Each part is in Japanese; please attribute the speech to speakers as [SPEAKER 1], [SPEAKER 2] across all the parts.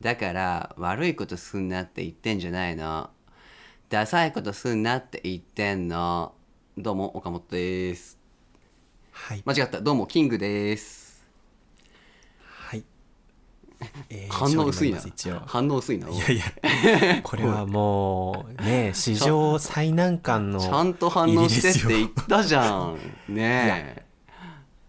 [SPEAKER 1] だから悪いことすんなって言ってんじゃないのダサいことすんなって言ってんのどうも岡本です
[SPEAKER 2] はい、
[SPEAKER 1] 間違ったどうもキングです
[SPEAKER 2] はい、え ー
[SPEAKER 1] 反応薄いな
[SPEAKER 2] 勝利にります
[SPEAKER 1] 反応薄いなおい
[SPEAKER 2] 一応いやいやこれはもう ね史上最難関の
[SPEAKER 1] ちゃんと反応してって
[SPEAKER 2] い
[SPEAKER 1] 言
[SPEAKER 2] い
[SPEAKER 1] っ
[SPEAKER 2] で
[SPEAKER 1] たじゃんねえ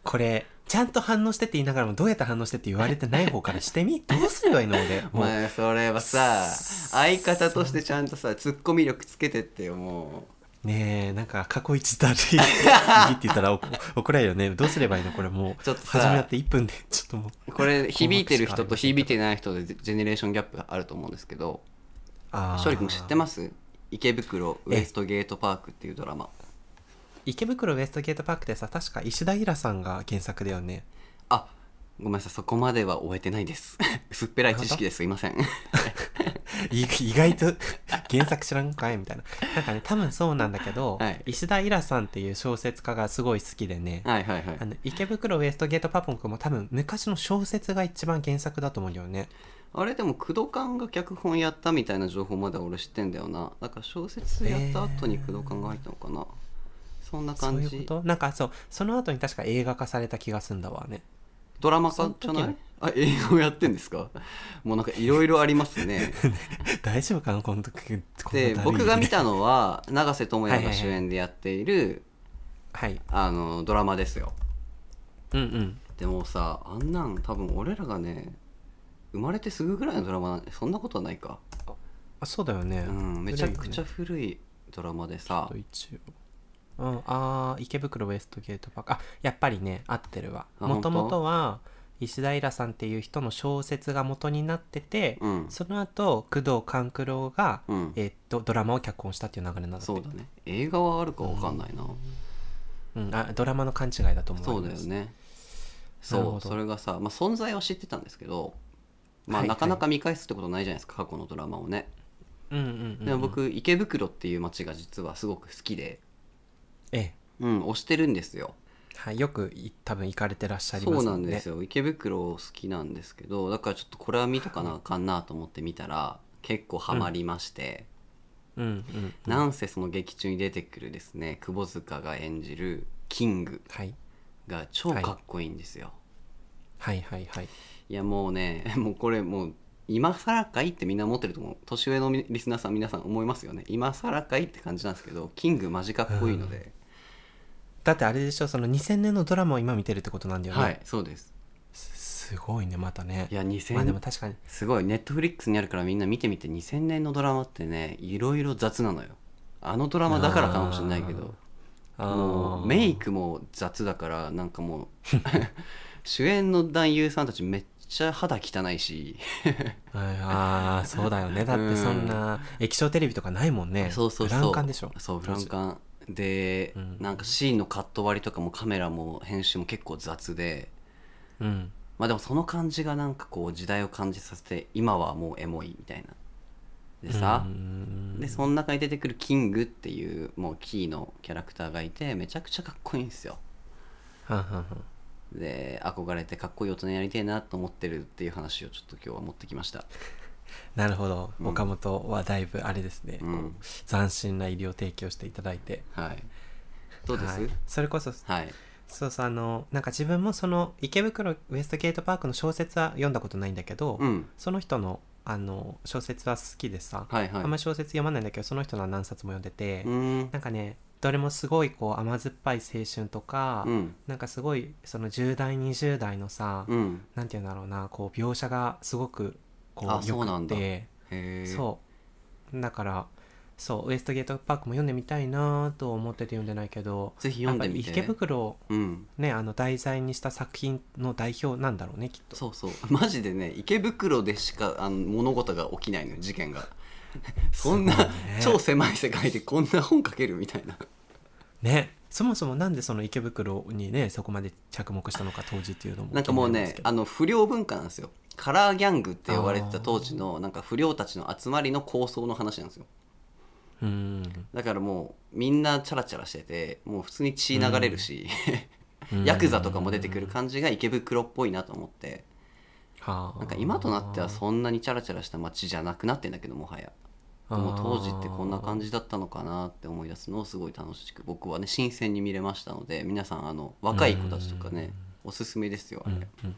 [SPEAKER 2] これちゃんと反応してって言いながらもどうやって反応してって言われてない方からしてみどうすればいいの 俺
[SPEAKER 1] お
[SPEAKER 2] もう
[SPEAKER 1] 前それはさ
[SPEAKER 2] す
[SPEAKER 1] 相方としてちゃんとさツッコミ力つけてってよも
[SPEAKER 2] ねえなんか過去一だり いいって言ったらお怒られるよねどうすればいいのこれもう
[SPEAKER 1] ちょっとさ
[SPEAKER 2] 始まって1分でちょっとも
[SPEAKER 1] う
[SPEAKER 2] う
[SPEAKER 1] これ響いてる人と響い
[SPEAKER 2] て
[SPEAKER 1] てない人でジェジェネレーションギャップあると思うんですけど
[SPEAKER 2] あ
[SPEAKER 1] 勝利君知ってます池袋ウエストゲートパークっていうドラマ
[SPEAKER 2] す池袋ウエストゲートパークでさ確か石田イラさんが原作だよね
[SPEAKER 1] あごめんなさいそこまでは終えてないです 薄っぺらい知識ですすいません
[SPEAKER 2] い意外と原作知らんかいみたいななんかね多分そうなんだけど、
[SPEAKER 1] はい
[SPEAKER 2] 石田イラさんっていう小説家がすごい好きでね、
[SPEAKER 1] はいはいはい
[SPEAKER 2] あの池袋ウエストゲートパポン君も多分昔の小説が一番原作だと思うよね
[SPEAKER 1] あれでも工藤勘が脚本やったみたいな情報まで俺知ってんだよなだから小説やった後に工藤勘が入ったのかな、そんな
[SPEAKER 2] そう
[SPEAKER 1] 感
[SPEAKER 2] い
[SPEAKER 1] じ
[SPEAKER 2] うことなんかそうその後に確か映画化された気がすんだわね
[SPEAKER 1] ドラマ化じゃ
[SPEAKER 2] そ
[SPEAKER 1] な
[SPEAKER 2] の
[SPEAKER 1] い
[SPEAKER 2] 時
[SPEAKER 1] あ映画をやってんですかもうなんかいろいろあります ね
[SPEAKER 2] 大丈夫かなこの時こんなだ
[SPEAKER 1] で
[SPEAKER 2] るい
[SPEAKER 1] 僕が見たのは永瀬智也が主演でやっている
[SPEAKER 2] はい
[SPEAKER 1] あのドラマですよ
[SPEAKER 2] うんうん
[SPEAKER 1] でもさあんなん多分俺らがね生まれてすぐぐらいのドラマなんでそんなことはないか
[SPEAKER 2] あそうだよね、
[SPEAKER 1] うんめちゃくちゃ
[SPEAKER 2] 古いよね
[SPEAKER 1] 古いドラマでさ
[SPEAKER 2] ちょっと一応うん、あー池袋ウエストゲートパークあやっぱりね合ってるわ
[SPEAKER 1] あ
[SPEAKER 2] も
[SPEAKER 1] 本当
[SPEAKER 2] ともとは石平さんっていう人の小説が元になってて、
[SPEAKER 1] うん
[SPEAKER 2] その後工藤官九郎が、
[SPEAKER 1] うん
[SPEAKER 2] えーっとドラマを脚本したっていう流れなんだって
[SPEAKER 1] そうだね映画はあるかわかんないな、
[SPEAKER 2] うん、あドラマの勘違いだと思
[SPEAKER 1] そう
[SPEAKER 2] い
[SPEAKER 1] だ
[SPEAKER 2] ま
[SPEAKER 1] よ
[SPEAKER 2] す
[SPEAKER 1] ね
[SPEAKER 2] なる
[SPEAKER 1] そ
[SPEAKER 2] ほ
[SPEAKER 1] う
[SPEAKER 2] ど
[SPEAKER 1] それがさ、まあ、存在は知ってたんですけど、まあ、
[SPEAKER 2] はい
[SPEAKER 1] なかなか見返すってことないじゃないですか過去のドラマをね
[SPEAKER 2] うんうんうんうん
[SPEAKER 1] でも僕池袋っていう街が実はすごく好きで
[SPEAKER 2] ええ
[SPEAKER 1] うん推してるんですよ
[SPEAKER 2] はい、よくい多分行かれてらっしゃい
[SPEAKER 1] そ
[SPEAKER 2] ま
[SPEAKER 1] う
[SPEAKER 2] す
[SPEAKER 1] な
[SPEAKER 2] も
[SPEAKER 1] ん
[SPEAKER 2] ね
[SPEAKER 1] ですよ池袋好きなんですけどだからちょっとこれは見とかなあかんなと思って見たら結構ハマりまして、
[SPEAKER 2] うんうんうん
[SPEAKER 1] なんせその劇中に出てくるですね窪塚が演じるキング
[SPEAKER 2] はい
[SPEAKER 1] が超かっこいいんですよ、
[SPEAKER 2] はいはいはい
[SPEAKER 1] い、やもうね もうこれもう今更かいってみんな思ってると思う年上のみリスナーさん皆さん思いますよね今更かいって感じなんですけどキングマジかっこいいので、
[SPEAKER 2] だってあれでしょその2000年のドラマを今見てるってことなんだよね、
[SPEAKER 1] はいそうです
[SPEAKER 2] すすごいねまたね
[SPEAKER 1] いや2000
[SPEAKER 2] まあでも確かに
[SPEAKER 1] すごいネットフリックスにあるからみんな見てみて2000年のドラマってねいろいろ雑なのよあのドラマだからかもしれないけどもうメイ
[SPEAKER 2] ク
[SPEAKER 1] クも雑だからなんかもう 主演の男優さんたちめっちゃ肌汚いし、
[SPEAKER 2] ああそうだよねだってそんな液晶テレビとかないもんね
[SPEAKER 1] そうそうそう
[SPEAKER 2] ブラウン管でしょ
[SPEAKER 1] そうフランカンで、
[SPEAKER 2] うん
[SPEAKER 1] なんかシーンのカット割りとかもカメラも編集も結構雑で
[SPEAKER 2] うん
[SPEAKER 1] まあでもその感じがなんかこう時代を感じさせて今はもうエモいみたいなでさ、
[SPEAKER 2] うん
[SPEAKER 1] でその中に出てくるキングっていうもうキーのキャラクターがいてめちゃくちゃかっこいいんですよ
[SPEAKER 2] はんはんはん
[SPEAKER 1] で憧れてかっこいい大人になりたいなと思ってるっていう話をちょっと今日は持ってきました
[SPEAKER 2] なるほど、
[SPEAKER 1] うん
[SPEAKER 2] 岡本はだいぶあれですね、
[SPEAKER 1] うん
[SPEAKER 2] こう斬新な医療提供していただいて
[SPEAKER 1] はいどうです
[SPEAKER 2] はいそれこそ
[SPEAKER 1] はい
[SPEAKER 2] そうそうあのなんか自分もその池袋ウエストゲートパークの小説は読んだことないんだけど、
[SPEAKER 1] うん
[SPEAKER 2] その人のあの小説は好きでさ、
[SPEAKER 1] はいはい
[SPEAKER 2] あんま小説読まないんだけどその人のは何冊も読んでて、
[SPEAKER 1] うーん
[SPEAKER 2] なんかねどれもすごいこう甘酸っぱい青春とか、
[SPEAKER 1] うん
[SPEAKER 2] なんかすごいその10代20代のさ、
[SPEAKER 1] うん
[SPEAKER 2] なんて言うんだろうなこう描写がすごくこ
[SPEAKER 1] あ
[SPEAKER 2] うよ
[SPEAKER 1] そうな
[SPEAKER 2] く
[SPEAKER 1] んだ
[SPEAKER 2] て
[SPEAKER 1] へえ
[SPEAKER 2] そうだからそうウエストゲートパークも読んでみたいなと思ってて読んでないけど
[SPEAKER 1] ぜひ読んでみ
[SPEAKER 2] や
[SPEAKER 1] て
[SPEAKER 2] っぱり池袋を
[SPEAKER 1] うん
[SPEAKER 2] ねあの題材にした作品の代表なんだろうねきっと
[SPEAKER 1] そう そうマジでね池袋でしかあの物事が起きないのよ事件 がそんな、
[SPEAKER 2] すごいね
[SPEAKER 1] 超狭い世界でこんな本書けるみたい な
[SPEAKER 2] ねそもそもなんでその池袋にねそこまで着目したのか当時っていうのも
[SPEAKER 1] なんかもう
[SPEAKER 2] 気になります
[SPEAKER 1] ね
[SPEAKER 2] けど
[SPEAKER 1] あの不良文化なんですよカラーギャングって呼ばれてた当時のなんか不良たちの集まりの構想の話なんですよ
[SPEAKER 2] うん
[SPEAKER 1] だからもうみんなチャラチャラしててもう普通に血流れるし、
[SPEAKER 2] うん
[SPEAKER 1] ヤクザとかも出てくる感じが池袋っぽいなと思って
[SPEAKER 2] はあ
[SPEAKER 1] なんか今となってはそんなにチャラチャラした街じゃなくなってんだけどもはやでも当時ってこんな感
[SPEAKER 2] じ
[SPEAKER 1] じだったのかなって思い出すのをすごい楽しく僕はね新鮮に見れましたので皆さんあの若い子たちとかねおすすめですよあ
[SPEAKER 2] う
[SPEAKER 1] れ、
[SPEAKER 2] んうん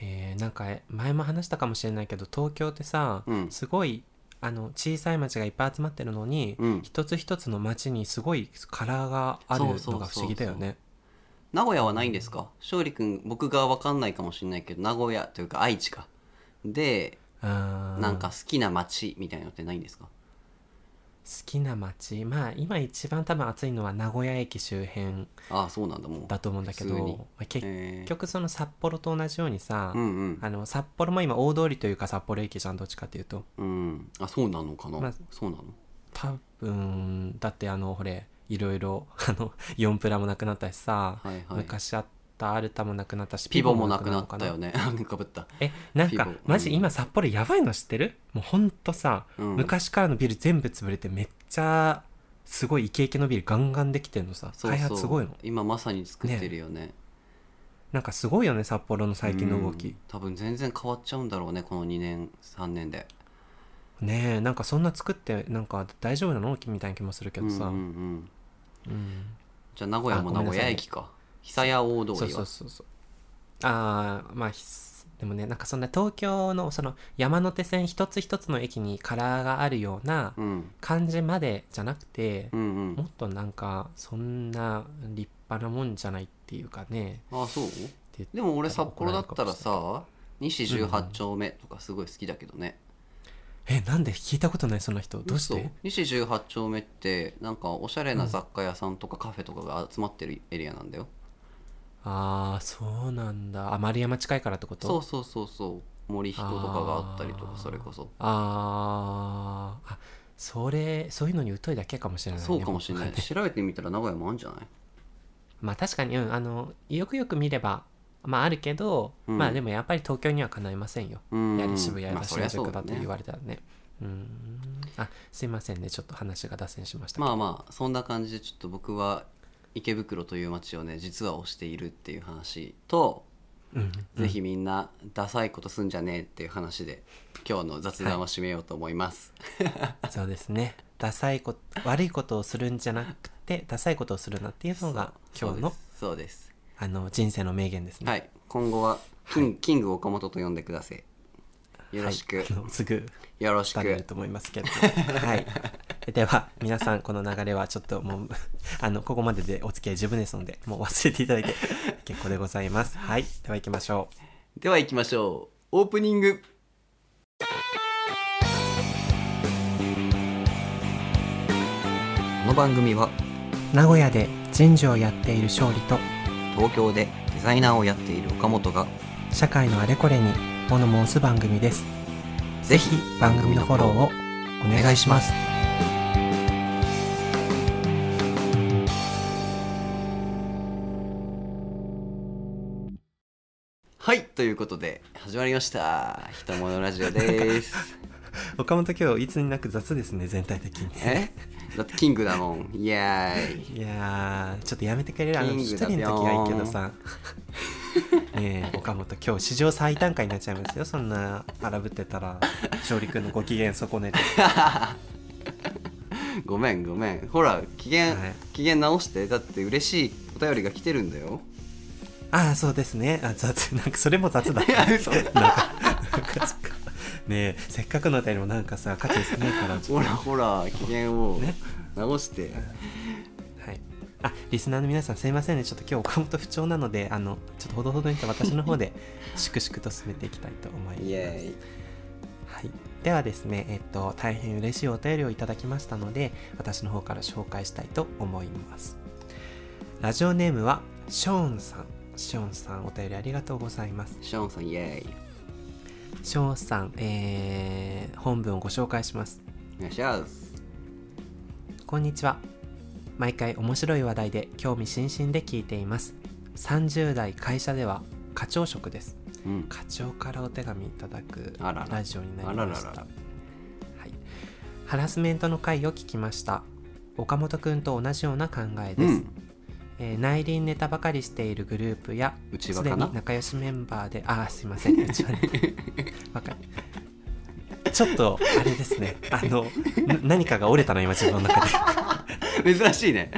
[SPEAKER 2] えーなんか前も話したかもしれないけど東京ってさ、
[SPEAKER 1] うん
[SPEAKER 2] すごいあの小さい町がいっぱい集まってるのに、
[SPEAKER 1] うん
[SPEAKER 2] 一つ一つの町にすごいカラーがあるの
[SPEAKER 1] そうそうそ
[SPEAKER 2] が
[SPEAKER 1] う
[SPEAKER 2] 不
[SPEAKER 1] そう
[SPEAKER 2] 思議だよね。
[SPEAKER 1] 名古屋はないんですか勝利君僕が分かんないかもしれないけど名古屋というか愛知かで
[SPEAKER 2] な
[SPEAKER 1] なんか好きな街みたいなのってないんですか、
[SPEAKER 2] 好きな町まあ今一番多分暑いのは名古屋駅周辺
[SPEAKER 1] ああそうなんだもう
[SPEAKER 2] だと思うんだけ
[SPEAKER 1] 普通に
[SPEAKER 2] ど、まあ結
[SPEAKER 1] えー
[SPEAKER 2] 局その札幌と同じようにさ、
[SPEAKER 1] うんうん
[SPEAKER 2] あの札幌も今大通りというか札幌駅じゃんどっちかっていうと
[SPEAKER 1] うん、あそうなのかな、
[SPEAKER 2] まあ
[SPEAKER 1] そうなの
[SPEAKER 2] 多分だってあのほれいろいろ あの4プラもなくなったしさ、
[SPEAKER 1] はいはい
[SPEAKER 2] 昔あったアルタもなくなったし
[SPEAKER 1] ピボもなくなったよ
[SPEAKER 2] ね
[SPEAKER 1] ねか ぶった、
[SPEAKER 2] えなん
[SPEAKER 1] ピボ
[SPEAKER 2] か
[SPEAKER 1] うん
[SPEAKER 2] マジ今札幌やばいの知ってるもうほんとさ、
[SPEAKER 1] うん、
[SPEAKER 2] 昔からのビル全部潰れてめっちゃすごいイケイケのビルガンガンできてんのさ
[SPEAKER 1] そうそう
[SPEAKER 2] 開発すごいの
[SPEAKER 1] 今まさに作ってるよね
[SPEAKER 2] なんかすごいよね札幌の最近の動
[SPEAKER 1] うん
[SPEAKER 2] き、
[SPEAKER 1] 多分全然変わっちゃうんだろうねこの2年3年で
[SPEAKER 2] ねえなんかそんな作ってなんか大丈夫なのみたいな気もするけどさ、
[SPEAKER 1] うんうんうん
[SPEAKER 2] うん
[SPEAKER 1] じゃあ名古屋も
[SPEAKER 2] あ
[SPEAKER 1] 名
[SPEAKER 2] ごめんな
[SPEAKER 1] 古
[SPEAKER 2] さいね
[SPEAKER 1] 屋駅か久屋大通りは
[SPEAKER 2] そうそうそうそうああまあひすでもねなんかそんな東京のその山手線一つ一つの駅にカラーがあるような
[SPEAKER 1] うん、
[SPEAKER 2] 感じまでじゃなくて
[SPEAKER 1] う、んう
[SPEAKER 2] も
[SPEAKER 1] ん
[SPEAKER 2] っとなんかそんな立派なもんじゃないっていうかね
[SPEAKER 1] あそう
[SPEAKER 2] って
[SPEAKER 1] でも俺札幌だったら
[SPEAKER 2] 怒
[SPEAKER 1] さ西18丁目とかすごい好きだけどね、
[SPEAKER 2] られるかもしれないえなんで聞いたことないそんな人どうし
[SPEAKER 1] 嘘
[SPEAKER 2] て
[SPEAKER 1] 西18丁目ってなんかおしゃれな雑貨屋さんとかカフェとかが集まってるエリアなんだよ、
[SPEAKER 2] ああそうなんだあ丸山近いからってこと
[SPEAKER 1] そうそうそうそう森人とかがあったりとか
[SPEAKER 2] あー
[SPEAKER 1] それこそ
[SPEAKER 2] あーあそれそういうのに疎いだけかもしれないね、
[SPEAKER 1] そうかもしれな
[SPEAKER 2] 僕
[SPEAKER 1] い
[SPEAKER 2] はね
[SPEAKER 1] 調べてみたら名古屋もあるんじゃない
[SPEAKER 2] まあ確かに、うん、あのよくよく見ればまああるけど、
[SPEAKER 1] うん
[SPEAKER 2] まあでもやっぱり東京にはかないませんよ、
[SPEAKER 1] うん
[SPEAKER 2] やはり渋谷や
[SPEAKER 1] まあ
[SPEAKER 2] ら
[SPEAKER 1] そりゃ
[SPEAKER 2] 新
[SPEAKER 1] そう
[SPEAKER 2] 宿
[SPEAKER 1] だ
[SPEAKER 2] だ
[SPEAKER 1] ね
[SPEAKER 2] って言われたらね,、うんあすいませんねちょっと話が脱線しましたけど、
[SPEAKER 1] まあまあそんな感じでちょっと僕は池袋という街をね実は推しているっていう話と、
[SPEAKER 2] うん
[SPEAKER 1] ぜひみんなダサいことすんじゃねえっていう話で今日の雑談は締めようと思います、
[SPEAKER 2] そうですねダサいこ悪いことをするんじゃなくてダサいことをするなっていうのが今日の
[SPEAKER 1] そうです
[SPEAKER 2] あの人生の名言ですね、
[SPEAKER 1] はい今後はキン,、キング岡本と呼んでくださいよろしく、
[SPEAKER 2] はいあのすぐ
[SPEAKER 1] よろし
[SPEAKER 2] 伝わる
[SPEAKER 1] く
[SPEAKER 2] と思いますけ ど、はい、では皆さんこの流れはちょっともう あのここまででお付き合い十分ですのでもう忘れていただい て結構でございますはいでは行きましょう
[SPEAKER 1] では行きましょうオープニングこの番組は
[SPEAKER 2] 名古屋で人事をやっている勝利と
[SPEAKER 1] 東京でデザイナーをやっている岡本が
[SPEAKER 2] 社会のあれこれに物申す番組です
[SPEAKER 1] ぜ
[SPEAKER 2] ぜひ番組のフォローをお願いします
[SPEAKER 1] はいということで始まりました「ひとものラジオ」です
[SPEAKER 2] 岡本今日いつになく雑ですね全体的に
[SPEAKER 1] えだってキングだもんイエーイ
[SPEAKER 2] いやーちょっとやめてくれるあの
[SPEAKER 1] キン
[SPEAKER 2] 一
[SPEAKER 1] グだ
[SPEAKER 2] 人の時はいいけどさ ねえ岡本今日史上最短回になっちゃいますよそんな荒ぶってたら勝利君のご機嫌損ねて、
[SPEAKER 1] ごめんごめんほら機嫌、
[SPEAKER 2] はい
[SPEAKER 1] 機嫌直してだって嬉しいお便りが来てるんだよ
[SPEAKER 2] ああそうですねあ雑 なんかそれも雑だ
[SPEAKER 1] いや嘘
[SPEAKER 2] なんかなんかそっかねえせっかくのお便りもなんかさ価値少ないから
[SPEAKER 1] ほらほら機嫌を
[SPEAKER 2] ね
[SPEAKER 1] 直して、
[SPEAKER 2] はいあリスナーの皆さんすいませんねちょっと今日岡本不調なのであのちょっとほどほどにと私の方で粛々と進めていきたいと思います
[SPEAKER 1] イエーイ
[SPEAKER 2] はい、ではですね、えっと、大変嬉しいお便りをいただきましたので私の方から紹介したいと思いますラジオネームはショーンさんショーンさんお便りありがとうございます
[SPEAKER 1] ショーンさんイエーイ
[SPEAKER 2] ショーンさん、えー本文をご紹介します
[SPEAKER 1] お願いします
[SPEAKER 2] こんにちは毎回面白い話題で興味津々で聞いています30代会社では課長職です
[SPEAKER 1] うん
[SPEAKER 2] 課長からお手紙いただく
[SPEAKER 1] あらら
[SPEAKER 2] ラジオになりました
[SPEAKER 1] あららら
[SPEAKER 2] はい、ハラスメントの回を聞きました岡本くんと同じような考えです、
[SPEAKER 1] うん
[SPEAKER 2] えー内輪ネタばかりしているグループや
[SPEAKER 1] 内
[SPEAKER 2] す
[SPEAKER 1] 輪
[SPEAKER 2] で
[SPEAKER 1] かな
[SPEAKER 2] に仲良しメンバーであーすいませんうちはね わかちょっとあれですねあのな何かが折れたの今自分の中 で
[SPEAKER 1] 珍しいね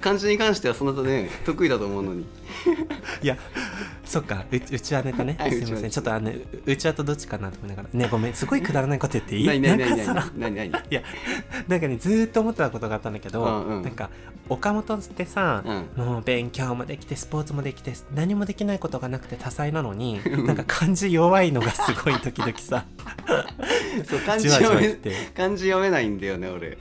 [SPEAKER 1] 漢字に関してはそんなね得意だと思うのに
[SPEAKER 2] いやそっかううちはネタね
[SPEAKER 1] はい
[SPEAKER 2] すいま
[SPEAKER 1] 内輪
[SPEAKER 2] せん
[SPEAKER 1] です
[SPEAKER 2] ちょっとあのううちはとどっちかなと思いながらねごめんすごいくだらないこと言っていい
[SPEAKER 1] 何何何
[SPEAKER 2] なんかさ
[SPEAKER 1] 何何何
[SPEAKER 2] いやなんかねずーっと思ったことがあったんだけど、
[SPEAKER 1] うんうん
[SPEAKER 2] なんか岡本ってさ、
[SPEAKER 1] うん
[SPEAKER 2] もう勉強もできてスポーツもできて何もできないことがなくて多彩なのに
[SPEAKER 1] うん
[SPEAKER 2] なんか漢字弱いのがすごい時々 さ
[SPEAKER 1] そう漢字
[SPEAKER 2] じわじわ
[SPEAKER 1] 読め
[SPEAKER 2] きて
[SPEAKER 1] 漢字読めないんだよね俺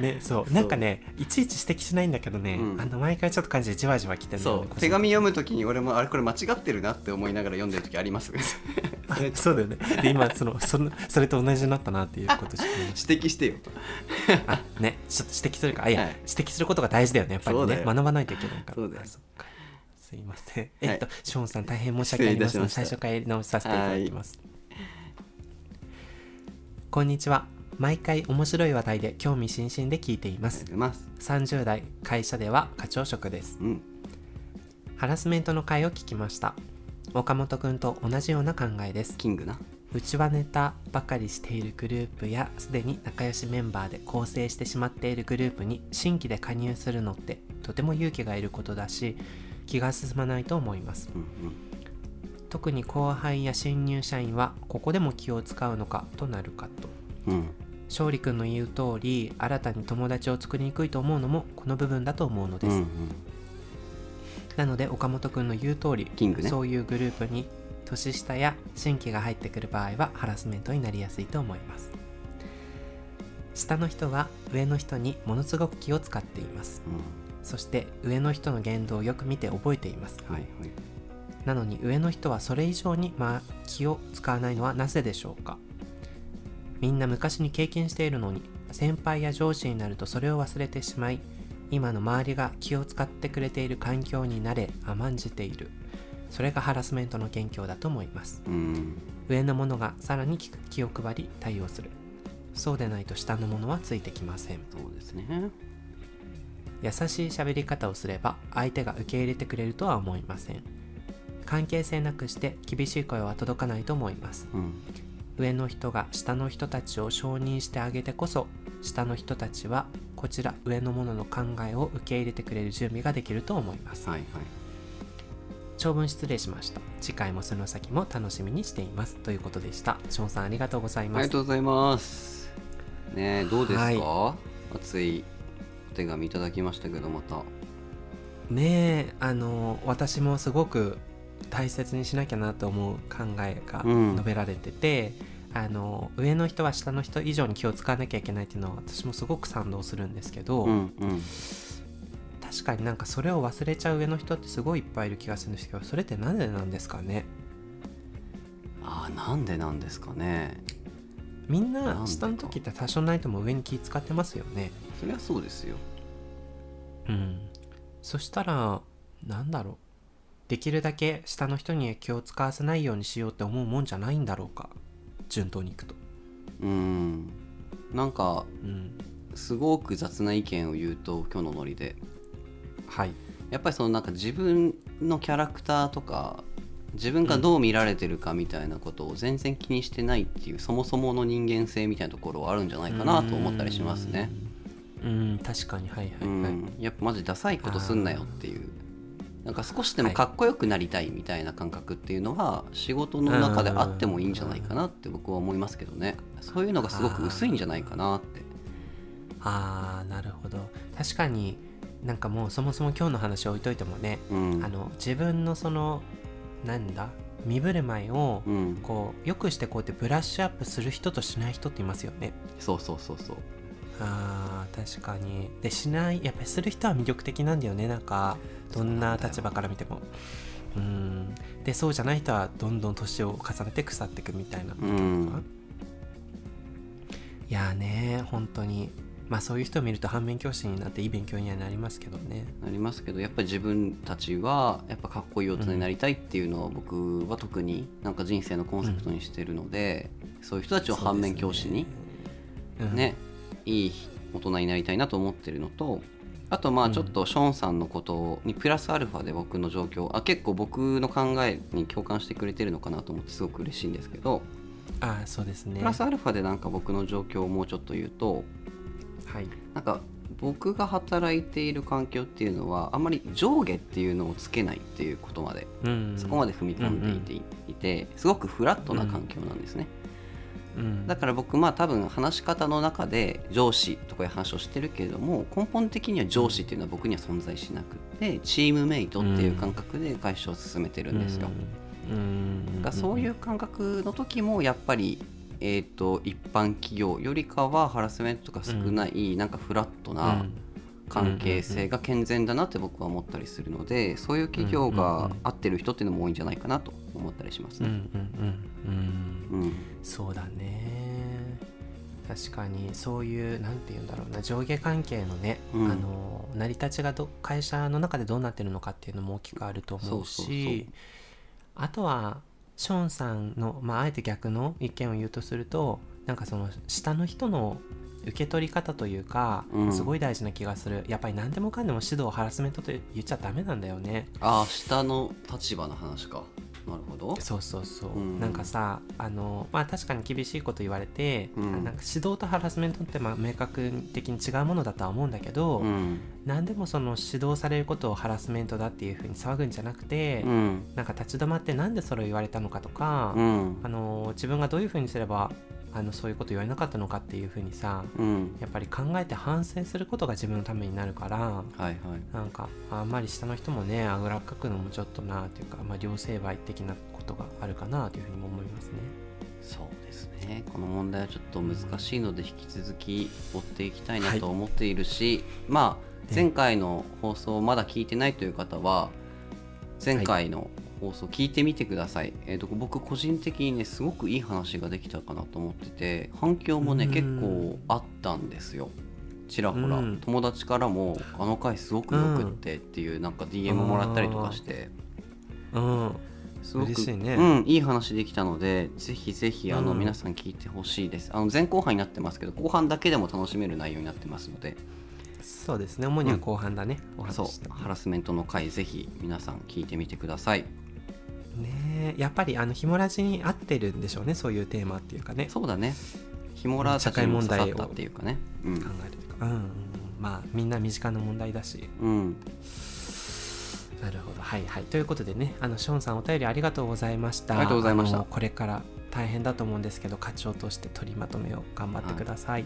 [SPEAKER 2] ねそう
[SPEAKER 1] そう
[SPEAKER 2] なんかねいちいち指摘しないんだけどね、
[SPEAKER 1] うん
[SPEAKER 2] あの毎回ちょっと漢字じわじわきてる
[SPEAKER 1] そう手紙読むときに俺もあれこれ間違ってるなって思いながら読んでるときあります指
[SPEAKER 2] そうだよねで今そのそのそれと同じになったなっていうことし
[SPEAKER 1] 摘してよ
[SPEAKER 2] あねちょっと指摘するかあいや、
[SPEAKER 1] はい
[SPEAKER 2] 指摘することが大事だよねやっぱり
[SPEAKER 1] そう
[SPEAKER 2] ね
[SPEAKER 1] だよ
[SPEAKER 2] 学ばないといけないから
[SPEAKER 1] そうだよ
[SPEAKER 2] あっかすいませんえっと、ショーンさん大変申し訳
[SPEAKER 1] 失礼
[SPEAKER 2] あり
[SPEAKER 1] い
[SPEAKER 2] ま
[SPEAKER 1] た
[SPEAKER 2] せ
[SPEAKER 1] し
[SPEAKER 2] ん
[SPEAKER 1] ました
[SPEAKER 2] 最初からやり直しさせていただきますこんにちは毎回面白い話題で興味津々で聞いていま
[SPEAKER 1] ありがとう
[SPEAKER 2] す
[SPEAKER 1] ございます
[SPEAKER 2] 30代会社では課長職です
[SPEAKER 1] うん
[SPEAKER 2] ハラスメントの回を聞きました岡本くんと同じような考えです
[SPEAKER 1] キングな
[SPEAKER 2] うちはネタばかりしているグループやすでに仲良しメンバーで構成してしまっているグループに新規で加入するのってとても勇気がいることだし気が進まないと思います
[SPEAKER 1] うん
[SPEAKER 2] 特に後輩や新入社員はここでも気を使うのかとなるかと
[SPEAKER 1] うんうん
[SPEAKER 2] 勝利くんの言う通り新たに友達を作りにくいと思うのもこの部分だと思うのです、
[SPEAKER 1] うん
[SPEAKER 2] なので岡本くんの言う通り
[SPEAKER 1] キングね
[SPEAKER 2] そういうグループに年下や新規が入ってくる場合はハラスメントになりやすいと思います下の人は上の人にものすごく気を使っていますそして上の人の言動をよく見て覚えています
[SPEAKER 1] うんはいはい
[SPEAKER 2] なのに上の人はそれ以上に、まあ、気を使わないのはなぜでしょうかみんな昔に経験しているのに先輩や上司になるとそれを忘れてしまい今の周りが気を使ってくれている環境になれ甘んじているそれがハラスメントの元凶だと思います
[SPEAKER 1] うん
[SPEAKER 2] 上の者がさらに気気を配り対応するそうでないと下の者はついてきません
[SPEAKER 1] そうですね
[SPEAKER 2] 優しい喋り方をすれば相手が受け入れてくれるとは思いません関係性なくして厳しい声は届かないと思います
[SPEAKER 1] うん
[SPEAKER 2] 上の人が下の人たちを承認してあげてこそ下の人たちはこちら上の者の考えを受け入れてくれる準備ができると思います
[SPEAKER 1] はいはい
[SPEAKER 2] 長文失礼しました次回もその先も楽しみにしていますということでしたショーンさんありがとうござい
[SPEAKER 1] あ
[SPEAKER 2] ま
[SPEAKER 1] り
[SPEAKER 2] す
[SPEAKER 1] がとうございますねえどうですか、
[SPEAKER 2] は
[SPEAKER 1] 熱いお手紙いただきましたけどまた
[SPEAKER 2] ねえあの私もすごく大切にしなきゃなと思う考えが
[SPEAKER 1] うん
[SPEAKER 2] 述べられてて、あの上の人は下の人以上に気を使わなきゃいけないっていうのは私もすごく賛同するんですけど、
[SPEAKER 1] うんうん
[SPEAKER 2] 確かになんかそれを忘れちゃう上の人ってすごいいっぱいいる気がするんですけどそれってなんでなんですかね
[SPEAKER 1] ああなんでなんですかね
[SPEAKER 2] みん
[SPEAKER 1] なんで
[SPEAKER 2] な
[SPEAKER 1] か
[SPEAKER 2] 下の時って多少ないとも上に気使ってますよね。
[SPEAKER 1] そりゃそうですよ
[SPEAKER 2] うん、そしたらなんだろうできるだけ下の人に気を使わせないようにしようって思うもんじゃないんだろうか順当にいくと。
[SPEAKER 1] うんなんか
[SPEAKER 2] うん、
[SPEAKER 1] すごく雑な意見を言うと今日のノリで
[SPEAKER 2] はい、
[SPEAKER 1] やっぱりそのなんか自分のキャラクターとか自分がどう見られてるかみたいなことを全然気にしてないっていうそもそもの人間性みたいなところはあるんじゃないかなと思ったりしますね。
[SPEAKER 2] うん。うん確かにはいは
[SPEAKER 1] う
[SPEAKER 2] いはい。
[SPEAKER 1] ん、やっぱマジダサいことすんなよっていうなんか少しでもかっこよくなりたいみたいな感覚っていうのは仕事の中であってもいいんじゃないかなって僕は思いますけどねそういうのがすごく薄いんじゃないかなって
[SPEAKER 2] あーなるほど確かになんかもうそもそも今日の話置いといてもね、
[SPEAKER 1] うん
[SPEAKER 2] あの自分のそのなんだ身振る舞いを
[SPEAKER 1] うん
[SPEAKER 2] こうよくしてこうってブラッシュアップする人としない人っていますよね。
[SPEAKER 1] そうそうそうそう
[SPEAKER 2] あー確かにでしないやっぱりする人は魅力的なんだよねなんかどんな立場から見てもうんでそうじゃない人はどんどん年を重ねて腐っていくみたいな、
[SPEAKER 1] う
[SPEAKER 2] い
[SPEAKER 1] ん
[SPEAKER 2] やーね本当にまあそういう人を見ると反面教師になっていい勉強にはなりますけどね
[SPEAKER 1] なりますけどやっぱり自分たちはやっぱかっこいい大人になりたいっていうのは僕は特になんか人生のコンセプトにしてるので、そういう人たちを反面教師に
[SPEAKER 2] そうです
[SPEAKER 1] ね,、
[SPEAKER 2] ね
[SPEAKER 1] いい大人になりたいなと思ってるのとあとまあちょっとショーンさんのことにプラスアルファで僕の状況あ結構僕の考えに共感してくれてるのかなと思ってすごく嬉しいんですけど
[SPEAKER 2] ああそうですね
[SPEAKER 1] プラスアルファでなんか僕の状況をもうちょっと言うと
[SPEAKER 2] はい
[SPEAKER 1] なんか僕が働いている環境っていうのはあんまり上下っていうのをつけないっていうことまで
[SPEAKER 2] うん
[SPEAKER 1] そこまで踏み込んでいていてすごくフラットな環境なんですね
[SPEAKER 2] うん
[SPEAKER 1] だから僕まあ多分話し方の中で上司とかいう話をしてるけれども根本的には上司っていうのは僕には存在しなくてチームメイトっていう感覚で会社を進めてるんですよ。
[SPEAKER 2] うん
[SPEAKER 1] だからそういう感覚の時もやっぱり、えー、と一般企業よりかはハラスメントとか少ない、なんかフラット
[SPEAKER 2] う
[SPEAKER 1] なん関係性が健全だなって僕は思ったりするのでそういう企業が合ってる人っていうのも多いんじゃないかなと思ったりします
[SPEAKER 2] うんう
[SPEAKER 1] ね。
[SPEAKER 2] んうんうん
[SPEAKER 1] うん
[SPEAKER 2] そうだね確かにそういうなんて言うんだろうな上下関係のね、
[SPEAKER 1] うん
[SPEAKER 2] あの成り立ちがど会社の中でどうなってるのかっていうのも大きくあると思うし
[SPEAKER 1] そうそうそう
[SPEAKER 2] あとはショーンさんの、まあ、あえて逆の意見を言うとするとなんかその下の人の受け取り方というか、
[SPEAKER 1] うん
[SPEAKER 2] すごい大事な気がするやっぱり何でもかんでも指導ハラスメントと言っちゃダメなんだよね。
[SPEAKER 1] ああ下の立場の話かなるほど。
[SPEAKER 2] そうそうそう、
[SPEAKER 1] うん
[SPEAKER 2] なんかさあのまあ確かに厳しいこと言われて、
[SPEAKER 1] うん
[SPEAKER 2] なんか指導とハラスメントってまあ明確的に違うものだとは思うんだけど、
[SPEAKER 1] うん
[SPEAKER 2] 何でもその指導されることをハラスメントだっていうふうに騒ぐんじゃなくて、
[SPEAKER 1] うん
[SPEAKER 2] なんか立ち止まってなんでそれを言われたのかとか、
[SPEAKER 1] うん
[SPEAKER 2] あの自分がどういうふうにすればあのそういうこと言われなかったのかっていうふうにさ
[SPEAKER 1] うん
[SPEAKER 2] やっぱり考えて反省することが自分のためになるから。
[SPEAKER 1] はいはい
[SPEAKER 2] なんかあんまり下の人もねあぐらかくのもちょっとなあというか、まあ、両成敗的なことがあるかなというふうにも思いますね。
[SPEAKER 1] そうですねこの問題はちょっと難しいので引き続き追っていきたいなと思っているし、まあ前回の放送をまだ聞いてないという方は前回の放送聞いてみてください、えー、と僕個人的にねすごくいい話ができたかなと思ってて反響もね
[SPEAKER 2] うん
[SPEAKER 1] 結構あったんですよちらほら、
[SPEAKER 2] うん
[SPEAKER 1] 友達からも「あの回すごくよくって」っていうなんか DM もらったりとかして。
[SPEAKER 2] うん、
[SPEAKER 1] すごく
[SPEAKER 2] 嬉しいね
[SPEAKER 1] うん、いい話できたのでぜひぜひあの、
[SPEAKER 2] うん
[SPEAKER 1] 皆さん聞いてほしいですあの前後半になってますけど後半だけでも楽しめる内容になってますので
[SPEAKER 2] そうですね主には後半だね、お話
[SPEAKER 1] そう
[SPEAKER 2] しした
[SPEAKER 1] ハラスメントの回ぜひ皆さん聞いてみてください
[SPEAKER 2] ねえやっぱりあのひもラジに合ってるんでしょうねそういうテーマっていうかね
[SPEAKER 1] そうだねヒモラーたちにも刺さったっていうかねう
[SPEAKER 2] 考
[SPEAKER 1] ん、
[SPEAKER 2] えるというか、うんうんうん、まあみんな身近な問題だし
[SPEAKER 1] うん、
[SPEAKER 2] なるほどはいはいということでねあのショーンさんお便りありがとうございました
[SPEAKER 1] ありがとうございました
[SPEAKER 2] あのこれから大変だと思うんですけど課長として取りまとめを頑張ってください、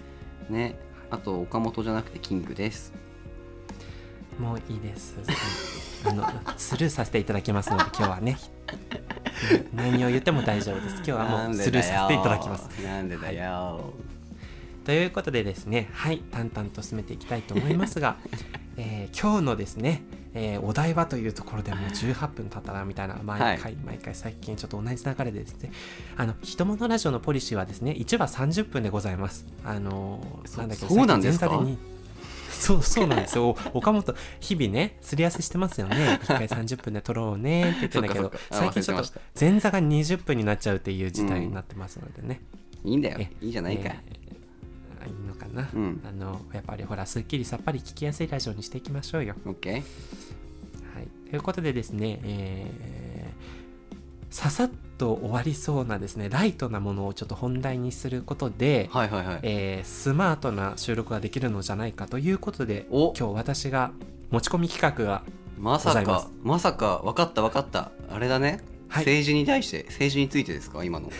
[SPEAKER 1] ねあと岡本じゃなくてキングです
[SPEAKER 2] もういいです。 あのスルーさせていただきますので今日はね。何を言っても大丈夫です。今日はもうスルーさせていただきます。
[SPEAKER 1] なんでだよ
[SPEAKER 2] ということでですね、はい、淡々と進めていきたいと思いま すが、えー今日のですね、えーお題はというところでもう18分経ったなみたいな、毎回、毎回最近ちょっと同じ流れでですね、あの、ひとものラジオのポリシーはですね、1話30分でございます。あのー
[SPEAKER 1] そ
[SPEAKER 2] なんだっけ
[SPEAKER 1] そうなんですか
[SPEAKER 2] 最近前座に そうそうなんですよ。お岡本、日々ね、すり合わせしてますよね。一回30分で撮ろうねって言ってんだけ
[SPEAKER 1] そっ
[SPEAKER 2] ど
[SPEAKER 1] かそっ、かあ
[SPEAKER 2] 最近ちょっ
[SPEAKER 1] 忘れ
[SPEAKER 2] と
[SPEAKER 1] てま
[SPEAKER 2] 前座が20分になっちゃうっていう事態になってますのでね。
[SPEAKER 1] いいんだよ
[SPEAKER 2] え
[SPEAKER 1] いいじゃないか、
[SPEAKER 2] えーいいのかな、
[SPEAKER 1] うん
[SPEAKER 2] あのやっぱりほらすっきりさっぱり聞きやすいラジオにしていきましょうよ。
[SPEAKER 1] オッケー
[SPEAKER 2] はい、ということでですね、えーささっと終わりそうなですねライトなものをちょっと本題にすることで、
[SPEAKER 1] はいはいはい
[SPEAKER 2] えースマートな収録ができるのじゃないかということで
[SPEAKER 1] お
[SPEAKER 2] 今日私が持ち込み企 画が
[SPEAKER 1] まさ
[SPEAKER 2] ございます
[SPEAKER 1] かまさか分かった分かったあれだね、
[SPEAKER 2] はい
[SPEAKER 1] 政治に対して政治についてですか今の
[SPEAKER 2] ね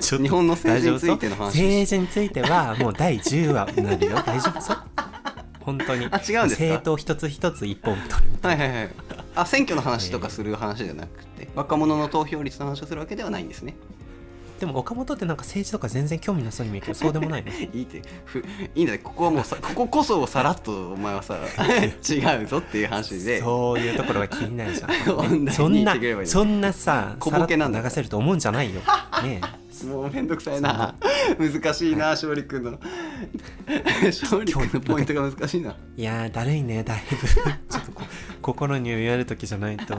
[SPEAKER 2] ちょっと
[SPEAKER 1] 日本の政治についての話
[SPEAKER 2] 大丈夫そう政治についてはもう第10話になるよ大丈夫そう本当
[SPEAKER 1] あ違う
[SPEAKER 2] に
[SPEAKER 1] んですか
[SPEAKER 2] 政党一つ一つ一本取るみた
[SPEAKER 1] はいい
[SPEAKER 2] な、
[SPEAKER 1] はいはいあ選挙の話とかする話じゃなくて、若者の投票率の話をするわけではないんですね
[SPEAKER 2] でも岡本ってなんか政治とか全然興味なそうに見える けどそうでもないね
[SPEAKER 1] いいってふいいんだねここはもうさこここそさらっとお前はさ違うぞっていう話で
[SPEAKER 2] そういうところが気になる じゃん
[SPEAKER 1] 本
[SPEAKER 2] そ
[SPEAKER 1] 題に
[SPEAKER 2] ん
[SPEAKER 1] 行っ
[SPEAKER 2] な
[SPEAKER 1] てくればいい
[SPEAKER 2] そんなさ
[SPEAKER 1] 小ボケなんだ
[SPEAKER 2] さらっと流せると思うんじゃな いよねえ
[SPEAKER 1] もうめんどくさいな難しいな勝利君の勝利君のポイントが難しいない
[SPEAKER 2] やーだるいねだいぶ ちょっとこ心に余裕ある時じゃないと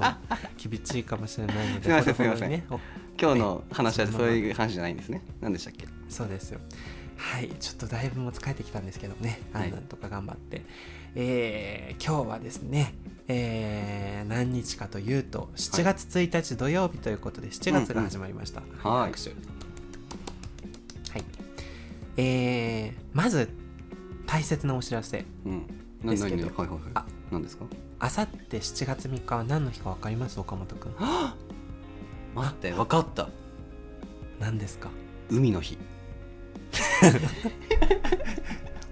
[SPEAKER 2] 厳しいかもしれないので
[SPEAKER 1] すいません
[SPEAKER 2] ほどほどにねお
[SPEAKER 1] 今日の話はそういう話じゃないんですね何でしたっけ
[SPEAKER 2] そうですよはいちょっとだいぶもう疲れてきたんですけどね、
[SPEAKER 1] はい
[SPEAKER 2] あなんとか頑張って、えー今日はですね、えー何日かというと7月1日土曜日ということで7月が始まりました、
[SPEAKER 1] はい
[SPEAKER 2] 拍手はいえーまず大切なお知らせ
[SPEAKER 1] うん。な
[SPEAKER 2] で
[SPEAKER 1] に
[SPEAKER 2] す
[SPEAKER 1] な
[SPEAKER 2] けど
[SPEAKER 1] にはいはいはい。
[SPEAKER 2] あ
[SPEAKER 1] 何 ですか
[SPEAKER 2] あさって7月3日は何の日か分かります岡本くん
[SPEAKER 1] 待って、わかった。
[SPEAKER 2] 何ですか
[SPEAKER 1] 海の日。